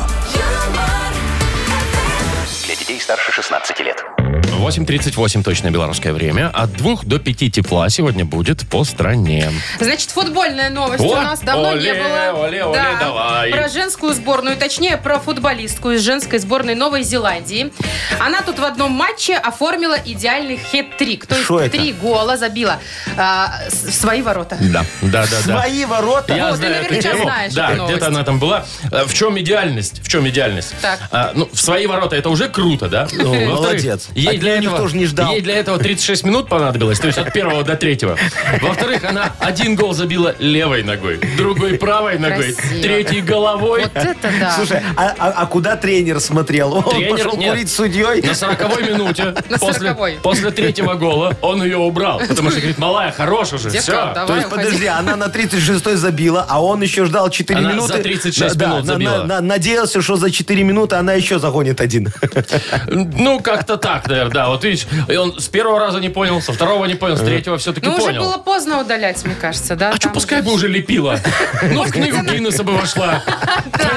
S7: Для детей старше 16 лет.
S2: 8.38 точное белорусское время. От 2 до 5 тепла сегодня будет по стране.
S3: Значит, футбольная новость
S2: О,
S3: у нас давно
S2: оле,
S3: не было.
S2: оле, оле, давай.
S3: Про женскую сборную, точнее, про футболистку из женской сборной Новой Зеландии. Она тут в одном матче оформила идеальный хет-трик. То есть
S4: Шо это?
S3: три гола забила а, с- в свои ворота.
S2: Да, да, да, да.
S4: свои ворота.
S2: Я
S3: Вот,
S2: знаю
S3: ты
S2: эту
S3: наверняка
S2: тему.
S3: знаешь
S2: Да,
S3: эту новость.
S2: где-то она там была. Э, В чем идеальность? В чем идеальность?
S3: Так.
S2: А, ну, в свои ворота это уже круто, да? Ну, Во-вторых,
S4: молодец. От меня никто же не ждал.
S2: Ей для этого 36 минут понадобилось, то есть от первого до третьего. Во-вторых, она один гол забила левой ногой, другой правой ногой,
S3: Красиво.
S2: третий головой.
S3: Вот это да.
S4: Слушай, а, а- а куда тренер смотрел? Он
S2: Тренер
S4: пошел
S2: нет.
S4: курить с судьей.
S2: На сороковой минуте
S3: На
S2: после,
S3: 40-й.
S2: после третьего гола он ее убрал. Потому что говорит, малая, хорош уже,
S3: Девка,
S2: все.
S3: давай
S4: То есть,
S3: уходи.
S4: подожди, она на 36 забила, а он еще ждал 4
S2: Она
S4: минуты.
S2: за 36
S4: Да,
S2: минут
S4: на-
S2: забила.
S4: на- на- надеялся, что за 4 минуты она еще загонит один.
S2: Ну, как-то так, наверное, да. Вот видишь, и он с первого раза не понял, со второго не понял, с третьего все-таки
S3: Ну, уже
S2: понял.
S3: было поздно удалять, мне кажется, да?
S2: А что,
S3: там
S2: пускай бы уже лепила. Ну, в книгу Гиннесса бы вошла.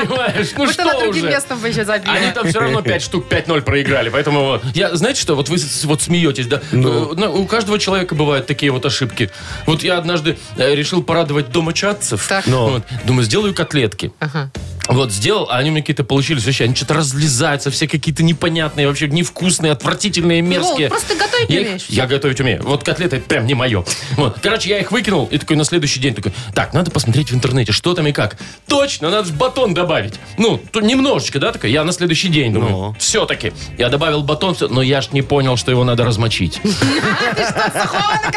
S2: Понимаешь? Ну,
S3: Вот она
S2: что
S3: другим
S2: уже?
S3: местом бы еще Ну, забила.
S2: Они там все равно 5 штук 5-0 проиграли. Поэтому, вот, я, знаете что, вот вы с- вот смеетесь, да? Э, ну, У каждого человека бывают такие вот ошибки. Вот я однажды э, решил порадовать домочадцев.
S3: Так. А.
S2: Вот. Думаю, сделаю котлетки.
S3: Ага.
S2: Вот, сделал, а они у меня какие-то получились. Вообще, они что-то разлезаются, все какие-то непонятные, вообще невкусные, отвратительные,
S5: Ну,
S2: мерзкие.
S3: Вов, просто ты готовить не
S2: Я их-
S3: умеешь,
S2: Я готовить умею. Вот котлеты прям не мое. Вот. Короче, я их выкинул и такой на следующий день такой, так, надо посмотреть в интернете, что там и как. Точно, надо же батон добавить. Ну, тут немножечко, да, такой. Я на следующий день думаю, все-таки. Я добавил батон, всё, но я ж не понял, что его надо размочить.
S5: А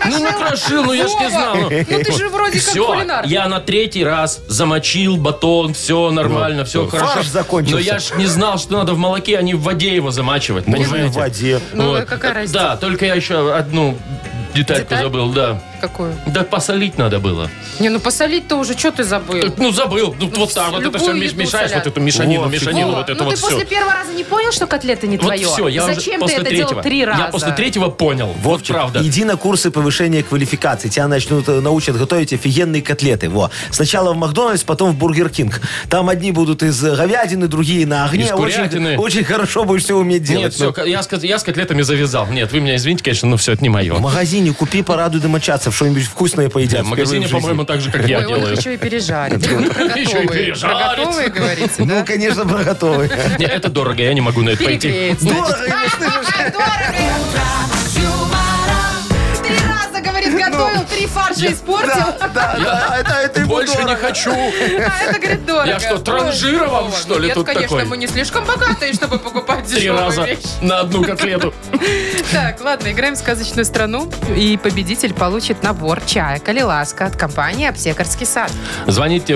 S2: Ну, не крошил, ну я ж не знал. ну.
S5: Ну ты же вроде как
S2: Все,
S5: кулинар.
S2: я на третий раз замочил батон, все нормально, все
S4: фарш
S2: хорошо.
S4: закончился.
S2: Но я ж не знал, что надо в молоке, а не в воде его замачивать.
S4: Можно и в
S2: понимаете?
S4: воде.
S3: Ну,
S2: Вот.
S3: какая разница?
S2: Да, только я еще одну детальку
S3: Деталь?
S2: забыл, да.
S3: Какую?
S2: Да посолить надо было.
S3: Не, ну посолить-то уже, что ты забыл?
S2: Ну, забыл. Ну, вот так вот это
S3: любую
S2: все
S3: еду
S2: мешаешь,
S3: солят.
S2: вот эту мешанину,
S4: Вовчик,
S2: мешанину,
S3: Вова,
S2: вот это
S3: ну
S2: вот
S3: ты после
S2: все.
S3: первого раза не понял, что котлеты не
S2: Вот
S3: твое?
S2: все, я уже
S3: Зачем ты
S2: после
S3: это
S2: третьего.
S3: делал три раза?
S2: Я после третьего понял. Вот
S4: Вовчик,
S2: правда.
S4: Иди на курсы повышения квалификации. Тебя начнут, э, научат готовить офигенные котлеты. Во. Сначала в Макдональдс, потом в Бургер Кинг. Там одни будут из э, говядины, другие на огне.
S2: Из курятины.
S4: очень, очень хорошо будешь все уметь делать.
S2: Нет, все,
S4: Ну,
S2: я, с кот- я с котлетами завязал. Нет, вы меня извините, конечно, но все, это не мое.
S4: В магазине купи, порадуй домочадцев, что-нибудь вкусное поедят.
S2: В
S4: впервые
S2: магазине,
S4: жизни.
S2: по-моему, так же, как
S3: Ой,
S2: я
S3: он их
S2: делаю.
S3: еще и пережарит. Про
S2: Еще и
S3: готовые. Про
S2: пережарит.
S3: готовые, говорите,
S4: Ну,
S3: да?
S4: конечно, про готовые.
S2: Не, это дорого, я не могу на это пойти.
S3: Перегреется.
S4: Дорого, ему, слышишь?
S2: Ну,
S3: Дорого. Три раза, говорит, готовил, три фарша
S5: уже испортил.
S4: Да, да, да, это, это ему
S2: Больше не
S4: дорого.
S2: хочу.
S5: А это, говорит, дорого.
S2: Я что, транжировал,
S5: Ой,
S2: что ли,
S5: нет,
S2: тут
S5: конечно,
S2: такой?
S5: мы не слишком богатые, чтобы покупать
S2: Три
S5: дешевые
S2: раза
S5: вещи.
S2: на одну котлету.
S5: Так, ладно.
S3: Ладно, играем в сказочную страну. И победитель получит набор чая «Калиласка» от компании «Аптекарский сад».
S2: Звоните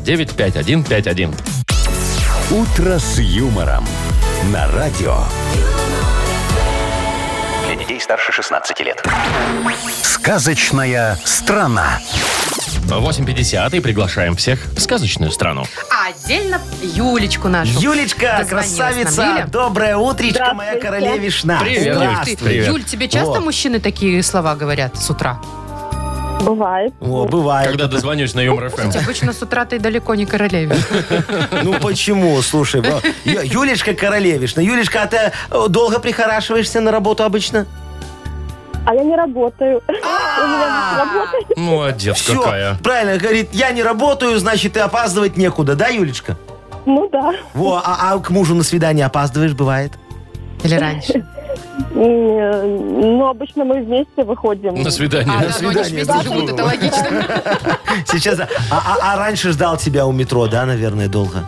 S2: 8017-269-5151.
S1: «Утро с юмором» на радио.
S7: Для детей старше 16 лет.
S1: Сказочная страна.
S2: 8.50 и приглашаем всех в сказочную страну.
S3: А отдельно Юлечку нашу.
S4: Юлечка,
S3: Дозвонилась нам
S4: красавица,
S3: Юля.
S4: доброе утречко, моя
S8: Здравствуйте.
S4: королевишна.
S2: Привет, Юль,
S4: Здравствуй.
S2: ты. Привет.
S3: Юль, тебе часто
S4: Вот.
S3: мужчины такие слова говорят с утра?
S8: Бывает.
S4: О, бывает.
S2: Когда дозвонюсь на Юмор эм. ФМ.
S3: Хотя Обычно с утра ты далеко не королева.
S4: Ну почему? Слушай, бро, Ю- Юлечка королевишна. Юлечка, а ты э, долго прихорашиваешься на работу обычно?
S8: А я не работаю. У
S2: А!
S8: меня нет работы.
S2: Молодец
S4: Все,
S2: Ну, какая.
S4: правильно, говорит, я не работаю, значит, и опаздывать некуда, да, Юлечка?
S8: Ну да.
S4: Во, а, а к мужу на свидание опаздываешь, бывает?
S3: Или раньше.
S8: М, Ну, обычно мы вместе выходим.
S2: На свидание.
S3: А, да, но они ж
S4: свидание,
S3: вместе живут, это логично.
S4: Сейчас, да. а, а- а раньше ждал тебя у метро, да, наверное, долго?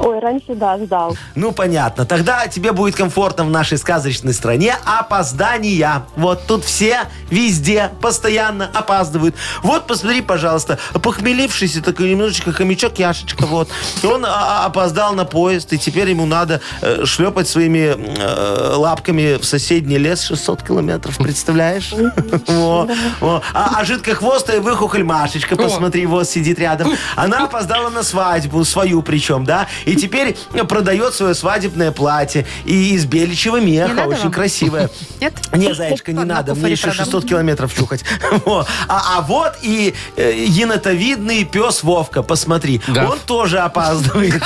S8: Ой, раньше, да, ждал.
S4: Ну, понятно. Тогда тебе будет комфортно в нашей сказочной стране опоздания. Вот тут все, везде, постоянно опаздывают. Вот, посмотри, пожалуйста, похмелившийся такой немножечко хомячок Яшечка, вот. Он а, а, опоздал на поезд, и теперь ему надо э, шлепать своими э, лапками в соседний лес 600 километров, представляешь? Во, во. А а жидкохвостая выхухоль Машечка, посмотри, вот сидит рядом. Она опоздала на свадьбу, свою причем, да? И теперь э, продает свое свадебное платье. И из беличьего меха,
S3: надо
S4: очень
S3: вам?
S4: красивое.
S3: Нет?
S4: Не, Зайчка, не
S3: Ладно,
S4: надо,
S3: куфари
S4: мне еще
S3: продам.
S4: 600 километров чухать. Во. А, а вот и э, енотовидный пес Вовка, посмотри.
S2: Гав.
S4: Он тоже опаздывает.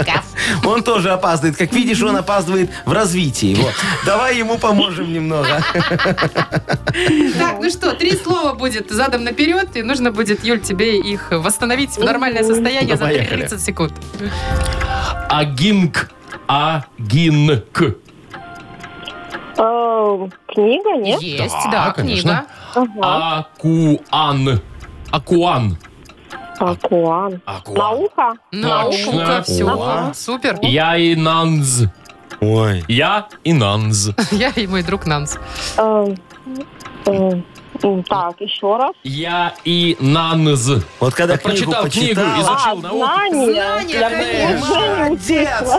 S4: Он тоже опаздывает. Как видишь, он опаздывает в развитии. Вот. Давай ему поможем немного.
S5: Так, ну что, три слова будет задом наперед, и нужно будет, Юль, тебе их восстановить в нормальное состояние
S2: Ну,
S5: за три-
S2: поехали.
S5: 30 секунд.
S2: Агинг. Агинг.
S8: Э, Книга, нет?
S3: Есть,
S2: Да,
S3: да,
S2: конечно.
S3: книга.
S8: Ага.
S2: Акуан. Акуан. А.
S8: Акуан.
S2: Акуан.
S8: Наука?
S2: Точно.
S3: Наука, все.
S4: О.
S3: Супер.
S2: Я и Нанз.
S4: Ой.
S2: Я и Нанз.
S3: Я и мой друг Нанс.
S8: Э, э, м, Так, еще раз.
S2: Я и Нанз.
S4: Вот когда
S2: Вот
S4: книгу
S2: прочитал книгу,
S4: почитал,
S2: изучил.
S8: А,
S2: науку.
S8: знание. Уже не утихло.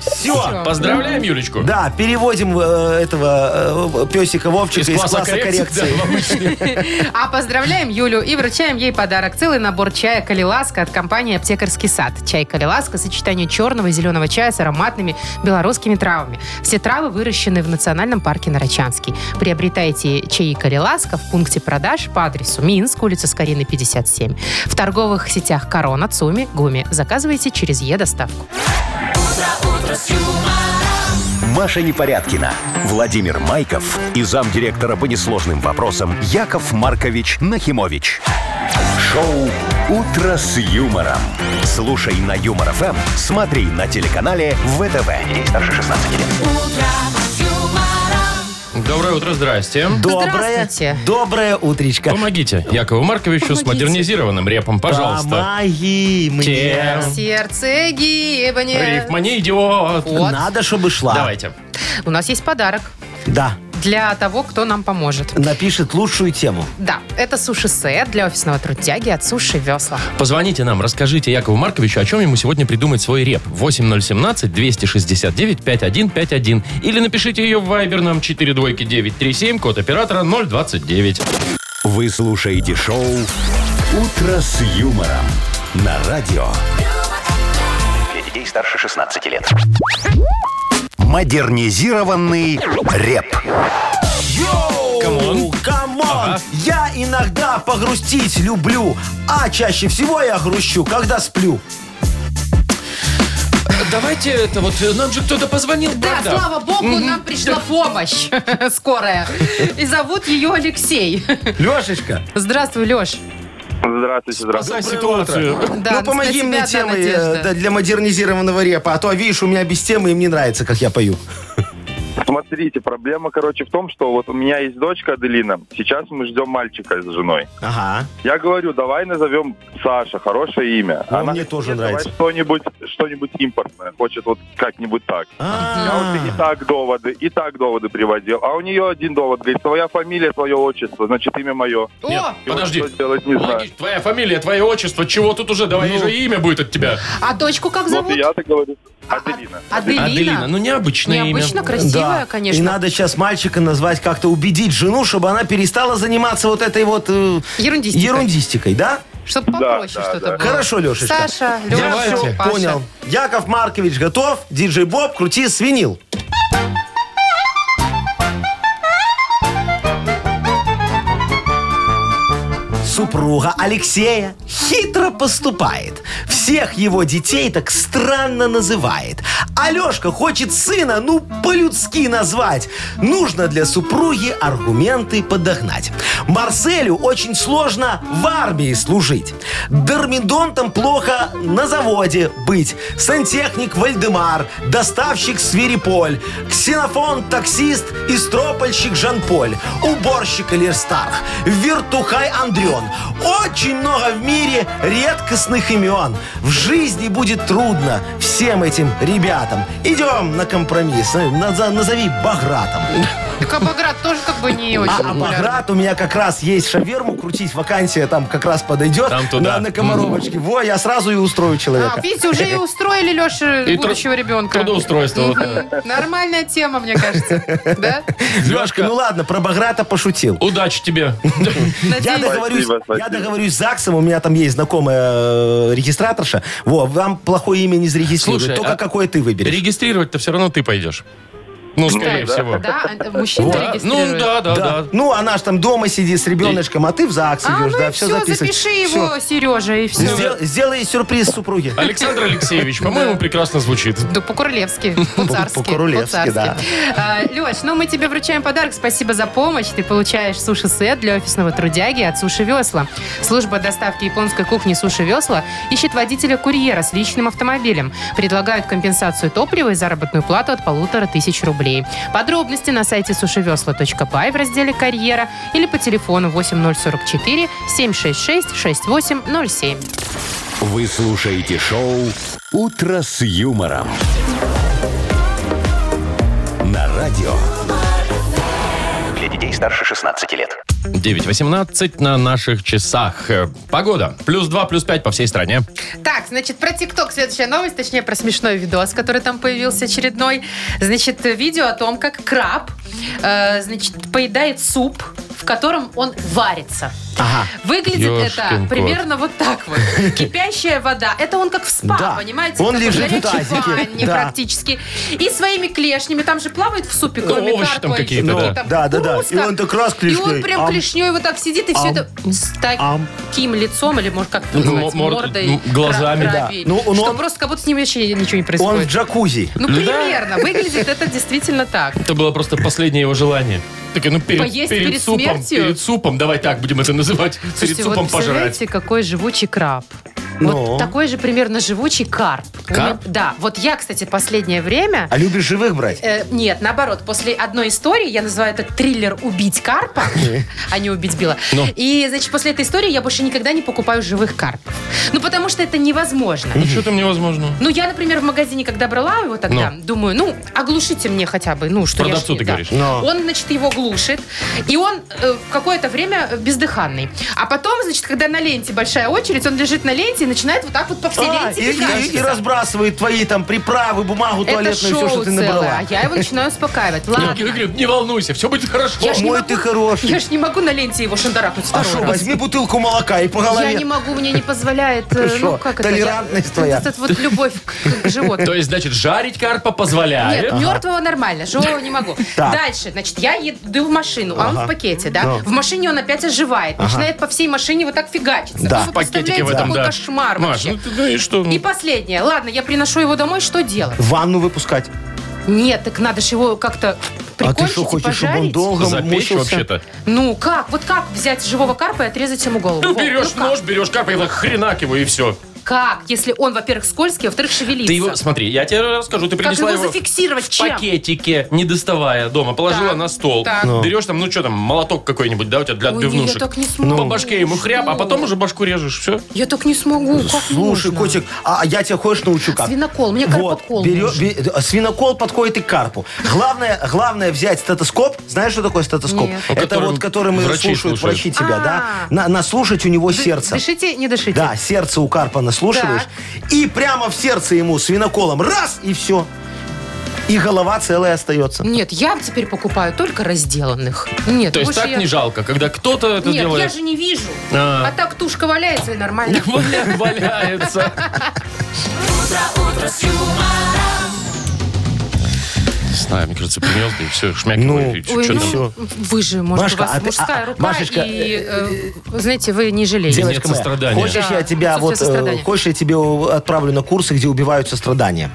S4: все.
S2: Поздравляем Юлечку.
S4: Да, переводим э, этого э, песика Вовчика из класса, коррекции.
S2: да, в обычный.
S3: А поздравляем Юлю и вручаем ей подарок. Целый набор чая «Калиласка» от компании «Аптекарский сад». Чай «Калиласка» – сочетание черного и зеленого чая с ароматными белорусскими травами. Все травы выращены в Национальном парке Нарачанский. Приобретайте чаи «Калиласка» в пункте продаж по адресу Минск, улица Скорины, 57. В торговых сетях «Корона», «Цуми», «Гуми». Заказывайте через «Е-доставку».
S1: Маша Непорядкина, Владимир Майков и замдиректора по несложным вопросам Яков Маркович Нахимович. Шоу «Утро с юмором». Слушай на Юмор ФМ, смотри на телеканале ВТВ. Здесь старше 16 лет.
S2: Доброе утро, здрасте.
S4: Доброе,
S3: Здравствуйте.
S4: доброе утречко.
S2: Помогите Якову Марковичу с модернизированным репом, пожалуйста.
S4: Помоги мне.
S2: Тем.
S3: Сердце гибнет.
S2: Рифма не идет.
S3: Вот.
S4: Надо, чтобы шла.
S2: Давайте.
S3: У нас есть подарок
S4: Да.
S3: для того, кто нам поможет.
S4: Напишет лучшую тему.
S3: Да, это суши-сет для офисного трудяги от Суши Весла.
S2: Позвоните нам, расскажите Якову Марковичу, о чем ему сегодня придумать свой реп. 8017-269-5151. Или напишите ее в Viber нам 42937, код оператора 029.
S1: Вы слушаете шоу «Утро с юмором» на радио
S7: Для детей старше 16 лет.
S1: «Модернизированный реп».
S4: Йоу!
S2: Камон.
S4: Камон!
S2: Ага.
S4: Я иногда погрустить люблю, а чаще всего я грущу, когда сплю.
S2: Давайте это вот, э, нам же кто-то позвонил,
S5: Да,
S2: правда?
S5: слава богу, нам пришла помощь скорая. И зовут ее Алексей.
S4: Лешечка,
S3: Здравствуй, Леш.
S9: Здравствуйте, здравствуйте.
S2: За ситуацию.
S3: Да,
S4: ну помоги
S3: на
S4: мне
S3: тебя одна
S4: темой э,
S3: надежда.
S4: да, для модернизированного репа, а то, видишь, у меня без темы, им не нравится, как я пою.
S9: Смотрите, проблема, короче, в том, что вот у меня есть дочка Аделина. Сейчас мы ждем мальчика с женой.
S4: Ага.
S9: Я говорю, давай назовем Саша, хорошее имя.
S4: Ну, мне тоже
S9: «Нет, давай
S4: нравится».
S9: что-нибудь, что-нибудь импортное. Хочет вот как-нибудь так. Я вот и
S4: А,
S9: так доводы, и так доводы приводил. А у нее один довод, говорит, твоя фамилия, твое отчество, значит, имя мое.
S2: Нет,
S9: И вот
S2: подожди.
S9: что делать, не знаю.
S2: Логично. Твоя фамилия, твое отчество, чего тут уже?
S3: Ну.
S2: Давай уже имя будет от тебя.
S3: А дочку как
S9: Вот и
S3: зовут? А,
S9: я так говорю. Аделина.
S3: Аделина.
S2: ну необычное
S3: Необычно
S2: имя.
S3: красивая,
S4: да.
S3: конечно.
S4: И надо сейчас мальчика назвать, как-то убедить жену, чтобы она перестала заниматься вот этой вот э,
S3: Ерундистикой.
S4: ерундистикой, да?
S3: Чтобы попроще
S9: да,
S3: что-то
S9: да.
S3: было.
S4: Хорошо, Лешечка.
S3: Саша,
S2: Давайте.
S3: Леша, Паша.
S4: Понял. Яков Маркович готов. Диджей Боб, крути свинил. Супруга Алексея хитро поступает. Всех его детей так странно называет. Алешка хочет сына, ну, по-людски назвать. Нужно для супруги аргументы подогнать. Марселю очень сложно в армии служить. Дормидонтом плохо на заводе быть. Сантехник Вальдемар, доставщик Свириполь, ксенофон таксист и стропольщик Жан-Поль, уборщик Элирстарх, вертухай Андрен. Очень много в мире редкостных имен. В жизни будет трудно всем этим ребятам. Идем на компромисс. Э, наза- Назови Багратом.
S3: Так Абаграт тоже как бы не очень
S4: А, а
S3: популярный.
S4: Баграт у меня как раз есть шаверму крутить, вакансия там как раз подойдет.
S2: Там туда.
S4: На, на Комаровочке. Во, я сразу и устрою человека.
S3: А, видите, уже и устроили Леша
S2: И тру-
S3: будущего ребенка.
S2: Трудоустройство. вот, да.
S3: Нормальная тема, мне кажется. Да?
S4: Лешка, ну ладно, про Баграта пошутил.
S2: Удачи тебе.
S4: Я
S3: Надеюсь.
S4: договорюсь,
S9: Спасибо,
S4: я
S9: спасибо.
S4: договорюсь с ЗАГСом, у меня там есть знакомая э, регистраторша. Во, вам плохое имя не зарегистрируют,
S2: Слушай,
S4: только
S2: а-
S4: какое ты выберешь.
S2: Регистрировать-то все равно ты пойдешь. Ну, скорее всего.
S3: Да, а, мужчина
S2: Да, Ну,
S3: регистрирует.
S2: да, да,
S4: Да.
S2: да.
S4: Ну, она ж там дома сидит с ребеночком, а ты в ЗАГС
S3: А,
S4: идешь,
S3: ну
S4: да,
S3: и
S4: все,
S3: все,
S4: записывать.
S3: запиши его, Сережа, и
S4: Всё.
S3: все.
S4: Сдел- Сделай сюрприз супруге.
S2: Александр Алексеевич, по-моему, прекрасно звучит.
S3: Да, по-королевски, по-царски.
S4: По-королевски, да.
S3: Леш, ну мы тебе вручаем подарок. Спасибо за помощь. Ты получаешь суши-сет для офисного трудяги от Суши Весла. Служба доставки японской кухни Суши Весла ищет водителя-курьера с личным автомобилем. Предлагают компенсацию топлива и заработную плату от полутора тысяч рублей. Подробности на сайте сушевесла.бай в разделе «Карьера» или по телефону 8044 766 6807.
S1: Вы слушаете шоу «Утро с юмором». На радио.
S7: Для детей старше 16 лет.
S2: 9.18 на наших часах. Э, Погода. Плюс 2, плюс 5 по всей стране.
S3: Так, значит, про ТикТок следующая новость, точнее, про смешной видос, который там появился очередной. Значит, видео о том, как краб, э, значит, поедает суп, в котором он варится.
S4: Ага.
S3: Выглядит это
S2: Ёшкин кот.
S3: примерно вот так вот. Кипящая вода. Это он как в спа,
S4: Да.
S3: понимаете?
S4: Он
S3: Такой
S4: лежит в
S3: горячей
S4: тазике.
S3: ванне
S4: Да.
S3: практически. И своими клешнями. Там же плавает в супе, кроме
S2: овощи там
S3: картофеля,
S2: какие-то,
S3: всякие
S2: да.
S3: там
S4: Ну, Да, да, да.
S3: кукурузка.
S4: И он так
S3: И
S4: раз
S3: он
S4: клешней.
S3: прям
S4: Ам.
S3: клешней вот так сидит, и все
S4: Ам.
S3: это с
S4: Ам.
S3: таким лицом, или, может, как это
S2: Ну,
S3: называется,
S2: мор-
S3: мордой.
S2: м, глазами,
S4: да.
S3: крабей.
S4: Ну, он-
S3: Что
S4: он-
S3: просто как будто с ним вообще ничего не
S4: Он в
S3: происходит.
S4: джакузи.
S3: Ну, примерно. Выглядит это действительно так.
S2: Это было просто последнее его желание. Так, ну перед,
S3: Поесть перед
S2: супом,
S3: смертью?
S2: перед супом, давай так будем это называть,
S3: Слушайте,
S2: перед супом
S3: вот
S2: пожрать.
S3: представляете, какой живучий краб.
S4: Ну.
S3: Вот такой же примерно живучий карп.
S2: Карп?
S3: У меня- Да. Вот я, кстати, последнее время...
S4: А любишь живых брать?
S3: э, нет, наоборот, после одной истории, я называю это триллер «Убить карпа», а не «Убить Билла».
S2: Ну.
S3: И, значит, после этой истории я больше никогда не покупаю живых карпов. Ну, потому что это невозможно.
S2: Ну что там невозможно?
S3: Ну, я, например, в магазине, когда брала его тогда, думаю, ну, оглушите мне хотя бы, ну, что я
S2: Продавцу
S3: ж не-
S2: ты
S3: да.
S2: говоришь.
S4: Но.
S3: Он, значит, его глушит, и он э, в какое-то время бездыханный. А потом, значит, когда на ленте большая очередь, он лежит на ленте и начинает вот так вот по всей
S4: А,
S3: ленте
S4: и, и-
S3: пикаться.
S4: и разбрасывает твои там приправы, бумагу
S3: Это
S4: туалетную, все,
S3: шоу
S4: что ты
S3: целое,
S4: набрала.
S3: а я его начинаю успокаивать.
S2: Я
S3: Ладно.
S2: говорю, не волнуйся, все будет хорошо.
S3: Я ж не
S4: Мой
S3: могу-
S4: ты хороший.
S3: Я ж не могу на ленте его шандарахнуть
S4: А
S3: второй
S4: что,
S3: раз.
S4: возьми бутылку молока и по голове.
S3: Я не могу, мне не позволяет, э,
S4: Ты
S3: ну
S4: шо,
S3: как
S4: толерантность
S3: это,
S4: твоя?
S3: я- это вот любовь к, к животным.
S2: То есть, значит, жарить карпа позволяет.
S3: Нет, ну, мертвого нормально, живого не могу.
S4: Так.
S3: Дальше, значит, я еду в машину, а он
S4: Ага.
S3: в пакете, да?
S4: Ну.
S3: В машине он опять оживает, начинает по всей машине вот так фигачиться.
S4: Да.
S3: Ну, вы
S2: В пакетике
S3: представляете,
S2: в этом,
S3: какой
S2: да. Маш,
S3: кошмар вообще.
S2: ну ты ну и что?
S3: И последнее. Ладно, я приношу его домой, что делать?
S4: В Ванну выпускать.
S3: Нет, так надо же его как-то
S4: А
S3: прикончить
S4: ты что
S3: и
S4: хочешь, чтобы он
S3: пожарить.
S4: долго
S2: Запечь
S4: мучился?
S2: вообще-то.
S3: Ну как? Вот как взять живого карпа и отрезать ему голову?
S2: Ну,
S3: Вов,
S2: берешь
S3: ну как?
S2: нож, берешь карпа и так хренак его, и все.
S3: как? как, если он, во-первых, скользкий, а во-вторых, шевелится?
S2: Ты его, смотри, я тебе расскажу. Ты
S3: как
S2: принесла
S3: его,
S2: его, в
S3: зафиксировать? Чем?
S2: пакетике, не доставая дома. Положила
S3: Так,
S2: на стол.
S3: так.
S4: Ну.
S2: Берешь там, ну что там, молоток какой-нибудь, да, у тебя для
S3: Ой, не, я
S2: отбивнушек.
S3: так не смогу.
S2: По башке ему хряб, а потом уже башку режешь. Все.
S3: Я так не смогу, как
S4: Слушай,
S3: можно?
S4: котик, а я тебя хочешь научу как?
S3: Свинокол, мне карпокол
S4: берё-
S3: нужен.
S4: бе- э, свинокол подходит и к карпу. Главное, главное взять стетоскоп. Знаешь, что такое стетоскоп?
S3: Нет.
S4: Это
S2: Которым
S4: вот, которым и
S2: врачи
S4: слушают
S2: слушают.
S4: врачи тебя, да?
S3: А.
S4: На- наслушать у него сердце.
S10: Дышите, не дышите.
S4: Да, сердце у карпа наслушиваешь. И прямо в сердце ему свиноколом раз, и все. И голова целая остается.
S3: Нет, я теперь покупаю только разделанных. Нет,
S2: То есть
S3: больше
S2: так
S3: я-
S2: не жалко, когда кто-то это
S3: Нет, я
S2: делает.
S3: же не вижу.
S2: А.
S3: А, так тушка валяется и нормально.
S2: Валя- Валяется. Не знаю, мне кажется, примел ты и все, шмяк
S4: Ну,
S2: его, и
S3: Ой,
S2: чё
S3: ну,
S2: там.
S3: вы же, может,
S4: Машка,
S3: у вас
S4: а ты-
S3: мужская
S4: а,
S3: рука,
S4: Машечка,
S3: и, э, знаете, вы не жалеете.
S2: Делай- Нет сострадания.
S4: хочешь,
S3: Да,
S4: я тебя
S3: отсутствие
S4: вот, э,
S3: сострадания.
S4: хочешь, я тебя отправлю на курсы, где убивают сострадание.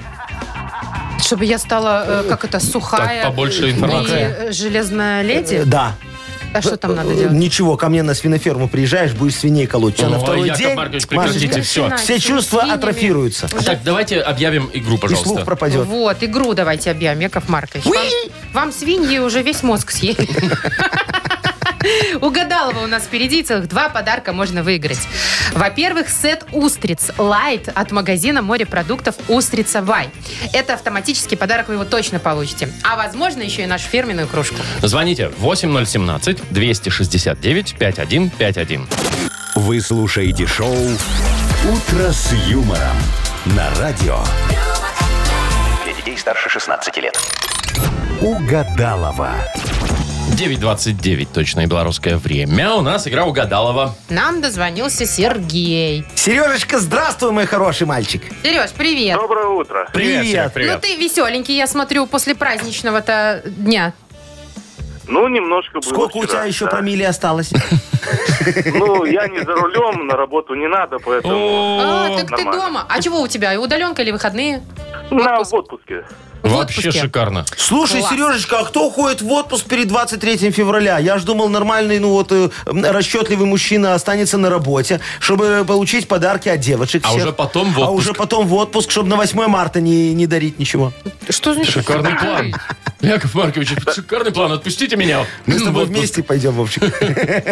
S3: Чтобы я стала, э, как это, сухая
S2: Так, побольше
S3: и,
S2: информации.
S3: э, железная
S4: Э,
S3: леди?
S4: Да.
S3: А что там надо
S4: Э,
S3: делать?
S4: Ничего, ко мне на свиноферму приезжаешь, будешь свиней колоть. У тебя на
S2: Ой,
S4: второй
S2: Яков
S4: день,
S2: Маркович,
S4: Машечка,
S2: прекратите все.
S4: все
S3: Начали
S4: чувства
S3: свиньями.
S4: атрофируются.
S2: Так, давайте объявим игру,
S4: И слух
S2: пожалуйста.
S4: пропадет.
S10: Вот, игру давайте объявим, Яков Маркович. Вам, вам свиньи уже весь мозг съели. Угадалова у нас впереди, целых два подарка можно выиграть. Во-первых, сет устриц лайт от магазина морепродуктов «Устрица Вай». Это автоматический подарок, вы его точно получите. А возможно, еще и нашу фирменную кружку.
S2: Звоните 8017-269-5151.
S1: Вы слушаете шоу «Утро с юмором» на радио
S7: Для детей старше 16 лет.
S1: «Угадалова».
S2: 9.29, точное белорусское время. У нас игра угадалова.
S10: Нам дозвонился Сергей.
S4: Сережечка, здравствуй, мой хороший мальчик.
S10: Сереж, привет.
S9: Доброе утро.
S4: Привет.
S2: Серег,
S10: Ну ты веселенький, я смотрю, после праздничного-то дня.
S9: Ну, немножко было
S4: Сколько у
S9: вчера,
S4: тебя еще
S9: да.
S4: промили осталось?
S9: Ну, я не за рулем, на работу не надо,
S4: Ну
S9: поэтому...
S10: А, так ты
S9: нормально.
S10: дома. А чего у тебя? И Удаленка или выходные?
S9: На, в отпуске.
S10: В
S2: Вообще
S10: отпуске.
S2: шикарно.
S4: Слушай,
S10: Класс.
S4: Сережечка, а кто уходит в отпуск перед 23 февраля? Я ж думал, нормальный, ну вот, э, м, расчетливый мужчина останется на работе, чтобы получить подарки от девочек
S2: А
S4: всех.
S2: уже потом в отпуск.
S4: А
S2: Ну,
S4: уже потом в отпуск, чтобы на 8 марта не, не дарить ничего.
S3: Что значит?
S2: Шикарный план. Яков Маркович, шикарный план. Отпустите меня.
S4: Мы с тобой
S2: в отпуск.
S4: вместе пойдем, Вовчик.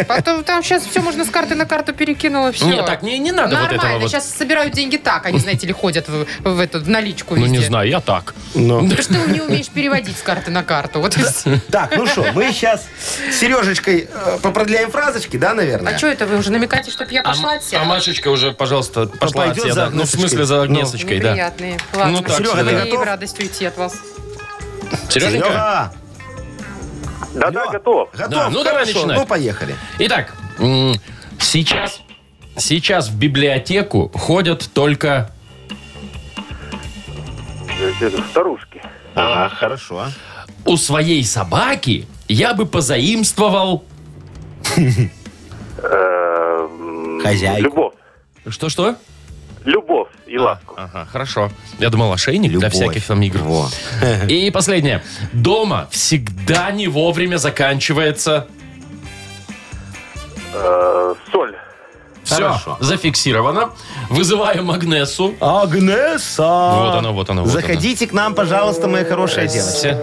S3: Потом там сейчас все можно с карты на карту перекинула, все.
S2: Нет, так не, не надо вот
S3: Нормально,
S2: этого вот.
S3: сейчас собирают деньги так, они, знаете ли, ходят в, в эту, в наличку
S2: Ну
S3: везде.
S2: не знаю, я так.
S4: Ну.
S3: Потому что ты не умеешь переводить с карты на карту. Вот и всё.
S4: Так, ну что, мы сейчас с Сережечкой э, попродляем фразочки, да, наверное?
S3: А что это вы уже намекаете, чтобы я
S2: А,
S3: пошла
S2: М-
S3: от себя?
S2: а Машечка уже, пожалуйста, пошла от
S4: Пойдет
S2: тебя.
S4: за
S2: да. Ну, в
S4: Агнесочкой.
S2: смысле, за
S4: Ну.
S2: Агнесочкой, да.
S3: Неприятные. Ладно,
S2: Ну так,
S4: Серега,
S2: себе,
S4: ты
S2: да.
S3: Мне и в
S4: готов?
S3: радость уйти от вас.
S2: Сереженька?
S4: Серега,
S9: Да-да,
S4: Лё.
S9: готов.
S4: готов?
S2: Да, ну давай
S4: Хорошо,
S2: начинать.
S4: Ну, поехали.
S2: Итак, м, сейчас, сейчас в библиотеку ходят только...
S9: Старушки.
S4: Ага, хорошо.
S2: У своей собаки я бы позаимствовал...
S9: Эм,
S4: Хозяйка.
S9: Любовь.
S2: Что-что?
S9: Любовь и ласку.
S2: Ага, хорошо. Я думал, ошейник для
S4: Любовь.
S2: всяких там игр.
S4: Во.
S2: И последнее. Дома всегда не вовремя заканчивается...
S9: Э, Соль.
S2: Все,
S4: Хорошо.
S2: зафиксировано. Вызываем Агнесу.
S4: Агнеса!
S2: Вот она, вот она, вот
S4: Заходите к нам, пожалуйста, моя хорошая
S2: она.
S4: девочка.
S2: Все.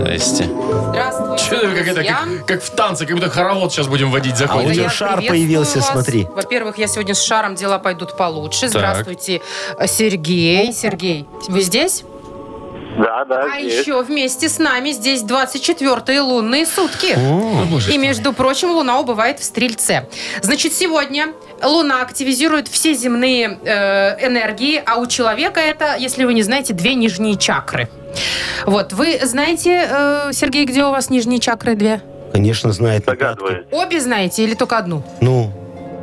S2: Здрасте.
S3: Здравствуйте,
S2: Чё это как, это,
S3: друзья.
S2: как, как в танце, как будто хоровод сейчас будем водить
S4: А у
S2: заходим.
S4: нее
S3: Я
S4: шар
S3: приветствую
S4: появился,
S3: вас.
S4: смотри.
S3: Во-первых, я сегодня с шаром дела пойдут получше.
S2: Так.
S3: Здравствуйте, э, Сергей. Сергей, вы здесь?
S9: Да, да,
S3: А
S9: здесь.
S3: еще вместе с нами здесь 24-е лунные сутки.
S2: О, боже.
S3: И, между прочим, Луна убывает в Стрельце. Значит, сегодня Луна активизирует все земные э, энергии, а у человека это, если вы не знаете, две нижние чакры. Вот, вы знаете, э, Сергей, где у вас нижние чакры две?
S4: Конечно, знает.
S9: Догадываюсь.
S3: Обе знаете или только одну?
S4: Ну.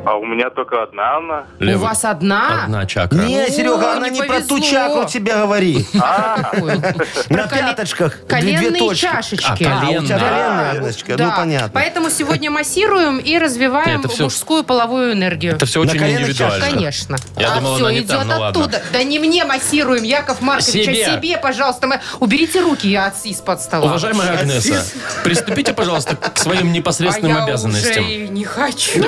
S9: А у меня только одна она.
S2: Лев-
S3: У вас
S4: А!
S3: одна?
S2: Одна чакра.
S4: Не, Серега, она не про ту
S3: повезло.
S4: чакру тебе говорит.
S3: Какую?
S4: На
S3: коле-
S4: пяточках. две- две
S3: Коленные
S4: точки.
S2: А,
S3: чашечки.
S4: А, у тебя
S2: коленная.
S4: коленная веточка,
S3: Да.
S4: ну понятно.
S3: Поэтому сегодня массируем и развиваем
S2: Это всё-
S3: мужскую половую энергию.
S2: Это все очень
S4: На коленных
S2: индивидуально.
S4: чашках.
S3: Конечно.
S2: Я
S3: а
S2: думал,
S3: все
S2: она не
S3: идет
S2: там, ну ладно.
S3: оттуда. Да не мне массируем, Яков Маркович, а
S2: Себе.
S3: себе, пожалуйста. Мы- Уберите руки я от- из-под стола.
S2: Уважаемая Агнеса, приступите, пожалуйста, к своим
S3: а
S2: непосредственным
S3: я
S2: обязанностям.
S3: уже и не хочу.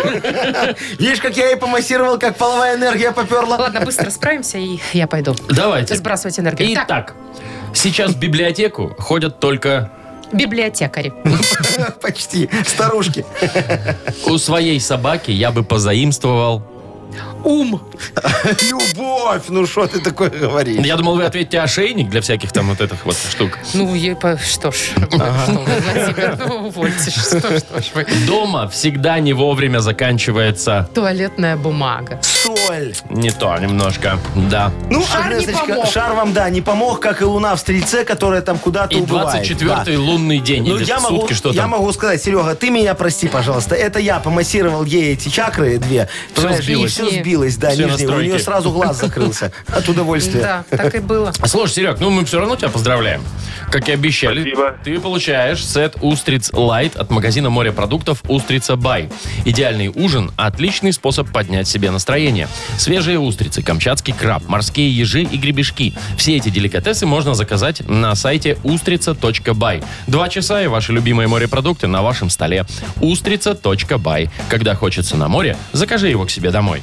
S4: Видишь, как я ей помассировал, как половая энергия поперла?
S3: Ну Ладно, быстро справимся, и я пойду.
S2: Давайте.
S3: Сбрасывать энергию.
S2: Итак, сейчас в библиотеку ходят только
S3: библиотекари.
S4: Почти. Старушки.
S2: у своей собаки я бы позаимствовал.
S3: Ум.
S4: Любовь, ну что ты такое говоришь?
S2: Я думал, вы ответите ошейник для всяких там вот этих вот штук.
S3: Ну, я по- что ж. Что вы, Владимир, ну, увольте ж, что ж, что ж вы.
S2: Дома всегда не вовремя заканчивается.
S3: Туалетная бумага.
S4: Соль.
S2: Не то немножко, да.
S4: Ну,
S3: Шар не
S4: Агнесочка,
S3: помог.
S4: шар вам, да, не помог, как и луна в стрельце, которая там куда-то
S2: И
S4: убывает.
S2: 24-й
S4: Да.
S2: лунный день
S4: Ну,
S2: или
S4: я
S2: сутки,
S4: могу,
S2: что
S4: я
S2: там.
S4: могу сказать, Серега, ты меня прости, пожалуйста. Это я помассировал ей эти чакры две. Понимаешь, и
S2: сбилось.
S4: все сбилось, да,
S2: Все
S4: нижние. У
S2: настройки.
S4: нее сразу глаз закрылся от удовольствия.
S3: Да, так и было.
S2: Слушай, Серег, ну мы все равно тебя поздравляем. Как и обещали,
S9: Спасибо.
S2: ты получаешь сет «Устриц Лайт» от магазина морепродуктов «Устрица Бай». Идеальный ужин – отличный способ поднять себе настроение. Свежие устрицы, камчатский краб, морские ежи и гребешки. Все эти деликатесы можно заказать на сайте устрица.бай. Два часа и ваши любимые морепродукты на вашем столе. устрица.бай. Когда хочется на море, закажи его к себе домой.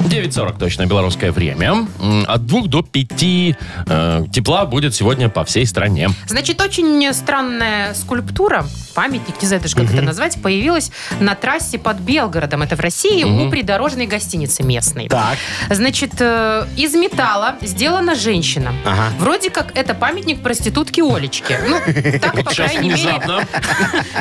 S2: 9.40 точно белорусское время. М, От 2 до 5 э, тепла будет сегодня по всей стране.
S3: Значит, очень странная скульптура, памятник, не знаю даже, как это назвать, появилась на трассе под Белгородом. Это в России, у придорожной гостиницы местной.
S4: Так.
S3: Значит, э, из металла сделана женщина.
S4: Ага.
S3: Вроде как это памятник проститутке Олечке. Ну, так, по
S2: Сейчас
S3: крайней мере,
S2: внезапно.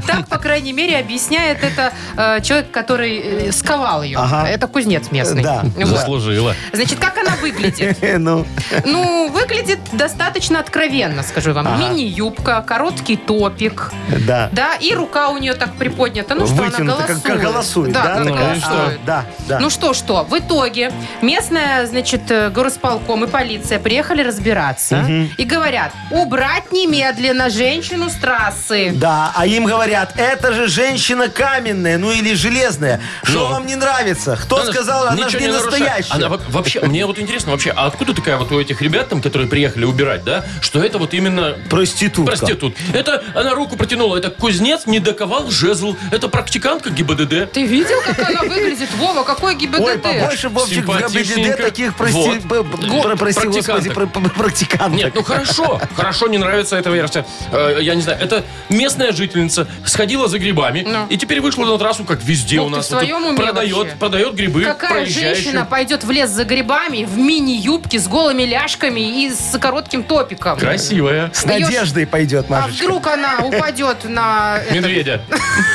S3: так, по крайней мере, объясняет это э, человек, который э, сковал ее.
S4: Ага.
S3: Это кузнец местный.
S4: Да.
S3: Вот.
S2: Заслужила.
S3: Значит, как она выглядит?
S4: Ну,
S3: Ну, выглядит достаточно откровенно, скажу вам.
S4: Ага.
S3: Мини-юбка, короткий топик,
S4: да.
S3: да, и рука у нее так приподнята. Ну, что она
S4: Вытянуто, как,
S3: голосует.
S4: как голосует,
S3: Да,
S4: да?
S3: как
S2: Ну,
S4: такая?
S2: и
S3: голосует.
S4: А, Да, да.
S3: Ну что, что, в итоге местная, значит, э, горосполком и полиция приехали разбираться и говорят, убрать немедленно женщину с трассы.
S4: Да, а им говорят, это же женщина каменная, ну или железная. Что
S2: Ну.
S4: вам не нравится? Кто
S2: Она ж
S4: сказал, она
S2: ничего
S4: же не
S2: нарушает.
S4: настоящая?
S2: Она во- вообще, мне вот интересно вообще, а откуда такая вот у этих ребят там, которые приехали убирать, да, что это вот именно
S4: Проститутка.
S2: проститут. Это она руку протянула, это кузнец не доковал жезл, это практикантка ГИБДД.
S3: Ты видел, как она выглядит? Вова, какой ГИБДД?
S4: Ой, побольше, Вовчик, в
S2: Симпатичненько.
S4: ГБДД таких, прости,
S2: Вот.
S4: б- б- про- прости господи,
S2: Практиканток.
S4: про- про- практиканток.
S2: Нет, ну хорошо, хорошо, не нравится эта версия. Э, я не знаю, это местная жительница сходила за грибами
S3: Ну.
S2: и теперь вышла на трассу, как везде
S3: Ну,
S2: у
S3: ты
S2: нас.
S3: в своем уме вообще?
S2: продает, продает грибы.
S3: Какая
S2: проезжающим.
S3: женщина пойдет в лес за грибами в мини-юбке с голыми ляжками и с коротким топиком?
S2: Красивая.
S4: С надеждой пойдет,
S3: А
S4: Машечка.
S3: вдруг она упадет на... это-
S2: Медведя.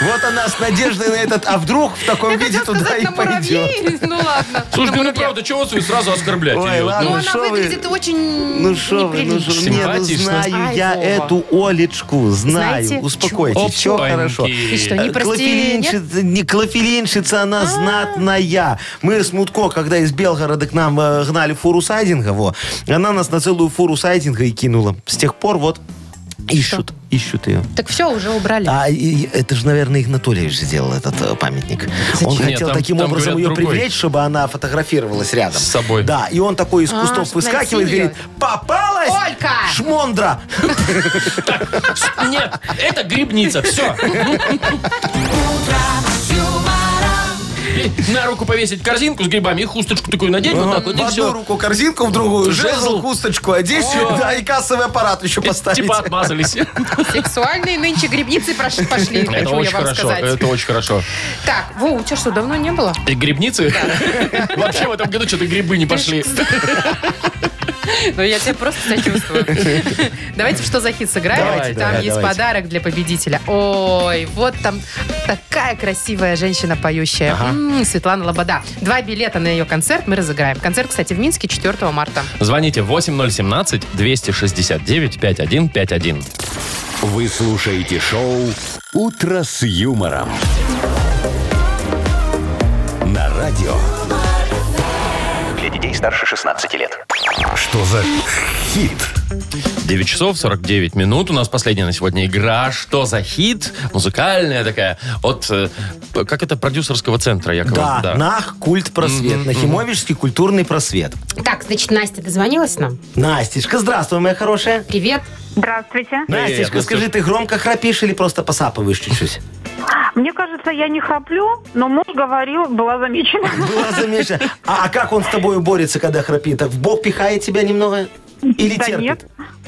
S4: Вот она с надеждой на этот, а вдруг в таком
S3: Я
S4: виде
S3: хотела
S4: туда
S3: сказать,
S4: и
S3: на
S4: пойдет.
S3: муравей? Ну ладно.
S2: Слушай,
S3: на
S2: ну
S3: муравья.
S2: правда, чего вы сразу оскорблять
S4: Ой,
S2: ее?
S4: ладно.
S3: Ну
S4: Ну
S3: она
S4: шо вы-
S3: выглядит очень
S4: Ну что вы, ну шо, не, ну
S2: Симпатично.
S4: знаю
S3: Ай,
S4: я
S3: Вова.
S4: эту Олечку, знаю.
S3: Знаете,
S4: Успокойтесь,
S2: Опаньки.
S4: все хорошо.
S3: И что, не прости, нет? А.
S4: Клофелинщица, Э, не клофелинщица, она знатная. Мы с Мутко, когда из Белгорода к нам э, гнали фуру сайдинга, во, она нас на целую фуру сайдинга и кинула. С тех пор вот ищут, ищут ее.
S3: Так все, уже убрали.
S4: А и- и это же, наверное, Игнатольевич сделал этот э, памятник. Он
S2: Нет,
S4: хотел
S2: там-
S4: таким
S2: там,
S4: образом
S2: говорят,
S4: ее
S2: другой.
S4: привлечь, чтобы она фотографировалась рядом.
S2: С собой.
S4: Да, и он такой из
S3: А,
S4: кустов
S3: чтобы
S4: выскакивает и
S3: найти её.
S4: говорит, попалась,
S3: Олька!»
S4: шмондра.
S2: Нет, это грибница, все. На руку повесить корзинку с грибами и хусточку такую надеть, вот так вот,
S4: Ну, В
S2: и
S4: одну
S2: все.
S4: руку корзинку, в другую жезл,
S2: Жезл.
S4: кусточку одеть, да, и кассовый аппарат еще поставить.
S2: Типа отмазались.
S3: Сексуальные нынче грибницы прош- пошли,
S2: Это
S3: хочу я
S2: очень
S3: вам
S2: хорошо,
S3: сказать.
S2: это очень хорошо.
S3: Так, Вова, у тебя что, давно не было?
S2: И грибницы? Вообще в этом году что-то грибы не пошли.
S3: Ну, я тебя просто сочувствую. Давайте в «Что за хит» сыграем.
S2: Давайте,
S3: Там
S4: давай,
S3: есть
S4: давайте.
S3: подарок для победителя. Ой, вот там такая красивая женщина поющая. М, Светлана Лобода. Два билета на ее концерт мы разыграем. Концерт, кстати, в Минске 4 марта.
S2: Звоните 8017-269-5151.
S1: Вы слушаете шоу «Утро с юмором». На радио.
S7: Для Для детей старше 16 лет.
S1: Что за хит?
S2: 9 часов 49 минут. У нас последняя на сегодня игра «Что за хит?» Музыкальная такая. От, э, как это, продюсерского центра, Якова?
S4: Да, нах, культ просвет. Нахимовичский культурный просвет.
S5: Так, значит, Настя дозвонилась нам.
S4: Настечка, здравствуй, моя хорошая.
S5: Привет.
S8: Здравствуйте.
S2: Привет,
S4: Настечка,
S2: Настюш.
S4: скажи, ты громко храпишь или просто посапываешь чуть-чуть?
S8: Мне кажется, я не храплю, но муж говорил, была замечена.
S4: Была замечена. А как он с тобой борется, когда храпит? Так в бок пихает тебя немного? Или
S8: Да
S4: терпит?
S8: нет.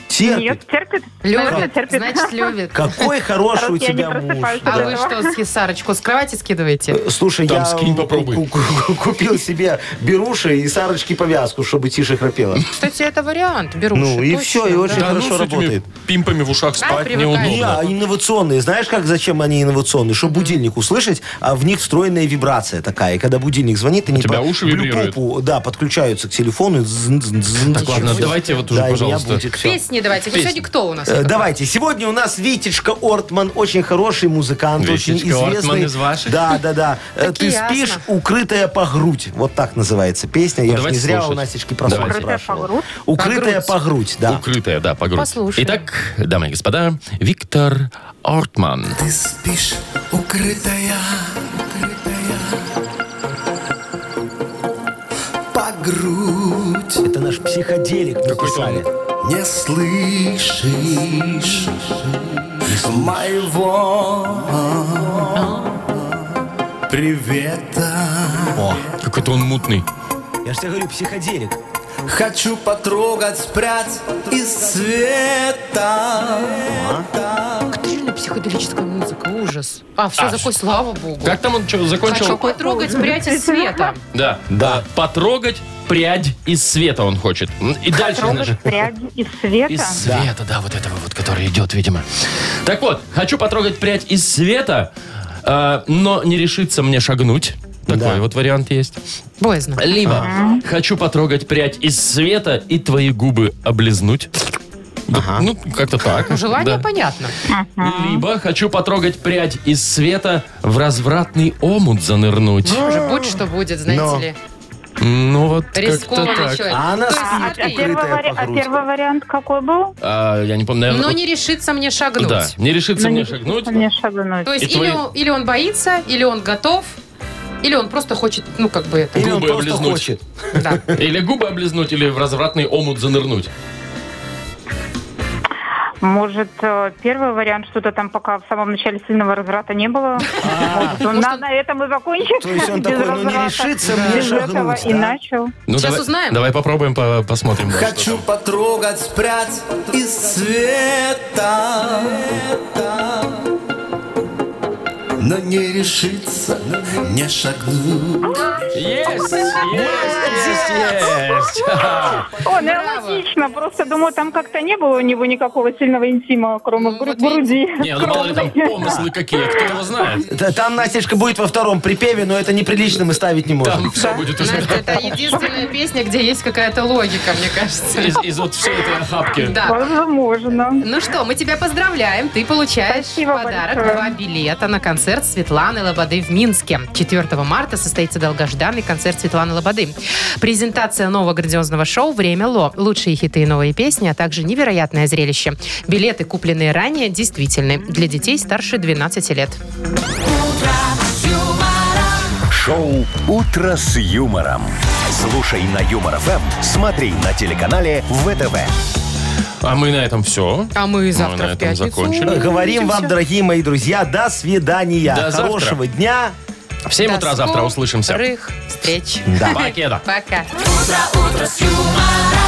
S4: Терпит.
S8: Нет, терпит. Наверное,
S3: Любит,
S8: терпит.
S3: значит, любит.
S4: Какой хороший у
S8: Раз я не
S4: тебя муж.
S8: просыпаюсь.
S3: А
S8: Да.
S3: вы что, с- Сарочку с кровати скидываете?
S4: Слушай,
S2: Там
S4: я
S2: скинь, попробуй.
S4: ку- ку- купил себе беруши и Сарочке повязку, чтобы тише храпела.
S3: Кстати, это вариант, беруши.
S4: Ну и
S3: точно,
S4: все, и
S3: да.
S4: очень
S2: Да ну, с
S4: хорошо
S2: этими
S4: работает.
S2: пимпами в ушах
S3: Да,
S2: спать
S3: привыкаешь.
S4: Не, а
S2: неудобно.
S4: инновационные. Знаешь, как зачем они инновационные? Чтобы будильник услышать, а в них встроенная вибрация такая. И когда будильник звонит, они
S2: тебя
S4: по
S2: уши
S4: блю-пупу,
S2: вибрируют?
S4: да, подключаются к телефону. и дзн- дзн- дзн-
S2: Так,
S4: дзн-
S2: ладно,
S4: всё.
S2: давайте вот уже,
S4: Да, и меня
S2: пожалуйста.
S4: будет всё.
S5: Песни давайте. Ну,
S2: Песни.
S5: Сегодня кто у нас?
S4: Э, Давайте. Сегодня у нас Витечка Ортман, очень хороший музыкант, очень
S2: Витечка
S4: известный.
S2: Ортман из ваших?
S4: Да, да, да. Э,
S5: Такие
S4: Ты спишь,
S5: ясно.
S4: укрытая по грудь. Вот так называется песня. Я ж не
S2: Ну, давайте
S4: зря у
S2: слушать.
S4: Настечки про сон
S2: Давайте.
S8: Укрытая
S4: спрашивал.
S8: по грудь?
S4: Укрытая по грудь, да.
S2: Укрытая, да, по грудь.
S5: Послушаем.
S2: Итак, дамы и господа, Виктор Ортман.
S11: Ты спишь, укрытая, укрытая по грудь
S4: Это наш психоделик написали.
S11: не слышишь моего привета.
S2: Какой-то он мутный.
S4: Я же тебе говорю, психоделик.
S11: Хочу потрогать, спрятать из света.
S5: Как же психоделическая музыка? Ужас. А, все,
S2: А,
S5: закой, слава богу.
S2: Как там он чё,
S5: Хочу
S2: закончил?
S5: потрогать прядь из света.
S2: Да.
S4: Да.
S2: А, Потрогать прядь из света он хочет. М, И дальше даже.
S8: Трогать пряди из света.
S2: Из света, да, вот этого вот, который идет, видимо. Так вот, хочу потрогать прядь из света, э, но не решится мне шагнуть. Такой
S4: Да.
S2: вот вариант есть.
S3: Боязно.
S2: Либо хочу потрогать прядь из света и твои губы облизнуть. Вот, Ну, как-то так.
S3: Ну, Желание
S2: Да.
S3: понятно.
S2: Либо хочу потрогать прядь из света в развратный омут занырнуть.
S3: Уже будь что будет, знаете
S4: Но.
S3: ли.
S2: Ну вот как-то
S3: Рискованный
S2: так.
S3: человек.
S4: А она
S3: То есть,
S8: А, а
S3: смотри,
S8: первый, вари- а
S4: грудь.
S8: первый вариант какой был?
S2: А, я не помню, наверное,
S3: Но
S2: вот-
S3: Ну, не решится мне шагнуть.
S2: да, не решится
S8: Ну,
S2: мне
S8: не-
S2: шагнуть.
S8: Мне шагнуть.
S3: То есть
S2: И
S3: или,
S2: твои-
S3: он, или он боится, или он готов, или он просто хочет, ну, как бы это,
S4: Или он
S2: Губы
S4: просто
S2: облизнуть.
S4: хочет.
S3: да.
S2: Или губы облизнуть, или в развратный омут занырнуть.
S8: Может, э, первый вариант, что-то там пока в самом начале сильного разврата не было. Может, он на, на этом и закончил.
S4: То есть он
S8: Без
S4: такой, ну не
S8: разврата.
S4: решится мне
S8: Без этого
S4: шагнуть,
S8: и
S4: да?
S8: начал.
S2: Ну,
S3: Сейчас
S2: давай-
S3: узнаем.
S2: Давай попробуем, по- посмотрим. да, что
S11: Хочу потрогать, спрятать из света. Но не решится, не шагнуть.
S2: Есть, есть, есть, есть.
S8: О, ну, логично. Просто думаю, там как-то не было у него никакого сильного интима, кроме
S5: Ну,
S8: гру-
S5: вот
S8: груди.
S2: Не, ну мало ли там помыслы какие, кто его знает.
S4: Да, Там Настечка будет во втором припеве, но это неприлично, мы ставить не
S2: Там
S4: можем.
S2: все будет уже
S3: Настя, это единственная песня, где есть какая-то логика, мне кажется.
S2: из, из вот всей этой охапки.
S3: Да.
S8: Возможно.
S3: Ну что, мы тебя поздравляем. Ты получаешь
S8: Спасибо
S3: в подарок
S8: большое.
S3: два билета на концерт Светланы Лободы в Минске. 4 марта состоится долгожданный концерт Светланы Лободы. Презентация нового грандиозного шоу «Время Ло». Лучшие хиты и новые песни, а также невероятное зрелище. Билеты, купленные ранее, действительны. Для детей старше 12 лет.
S2: Ну,
S1: Шоу «Утро с юмором». Слушай на Юмор ФМ, смотри на телеканале ВТВ.
S2: А мы на этом все.
S3: А мы
S2: завтра на
S3: завтра
S2: в
S3: в
S2: этом пятницу закончили.
S4: Говорим вам, дорогие мои друзья, до свидания.
S2: До завтра.
S4: Хорошего дня.
S2: В 7 утра завтра услышимся.
S3: встреч.
S2: Покеда.
S3: Пока.
S11: Утро с юмором.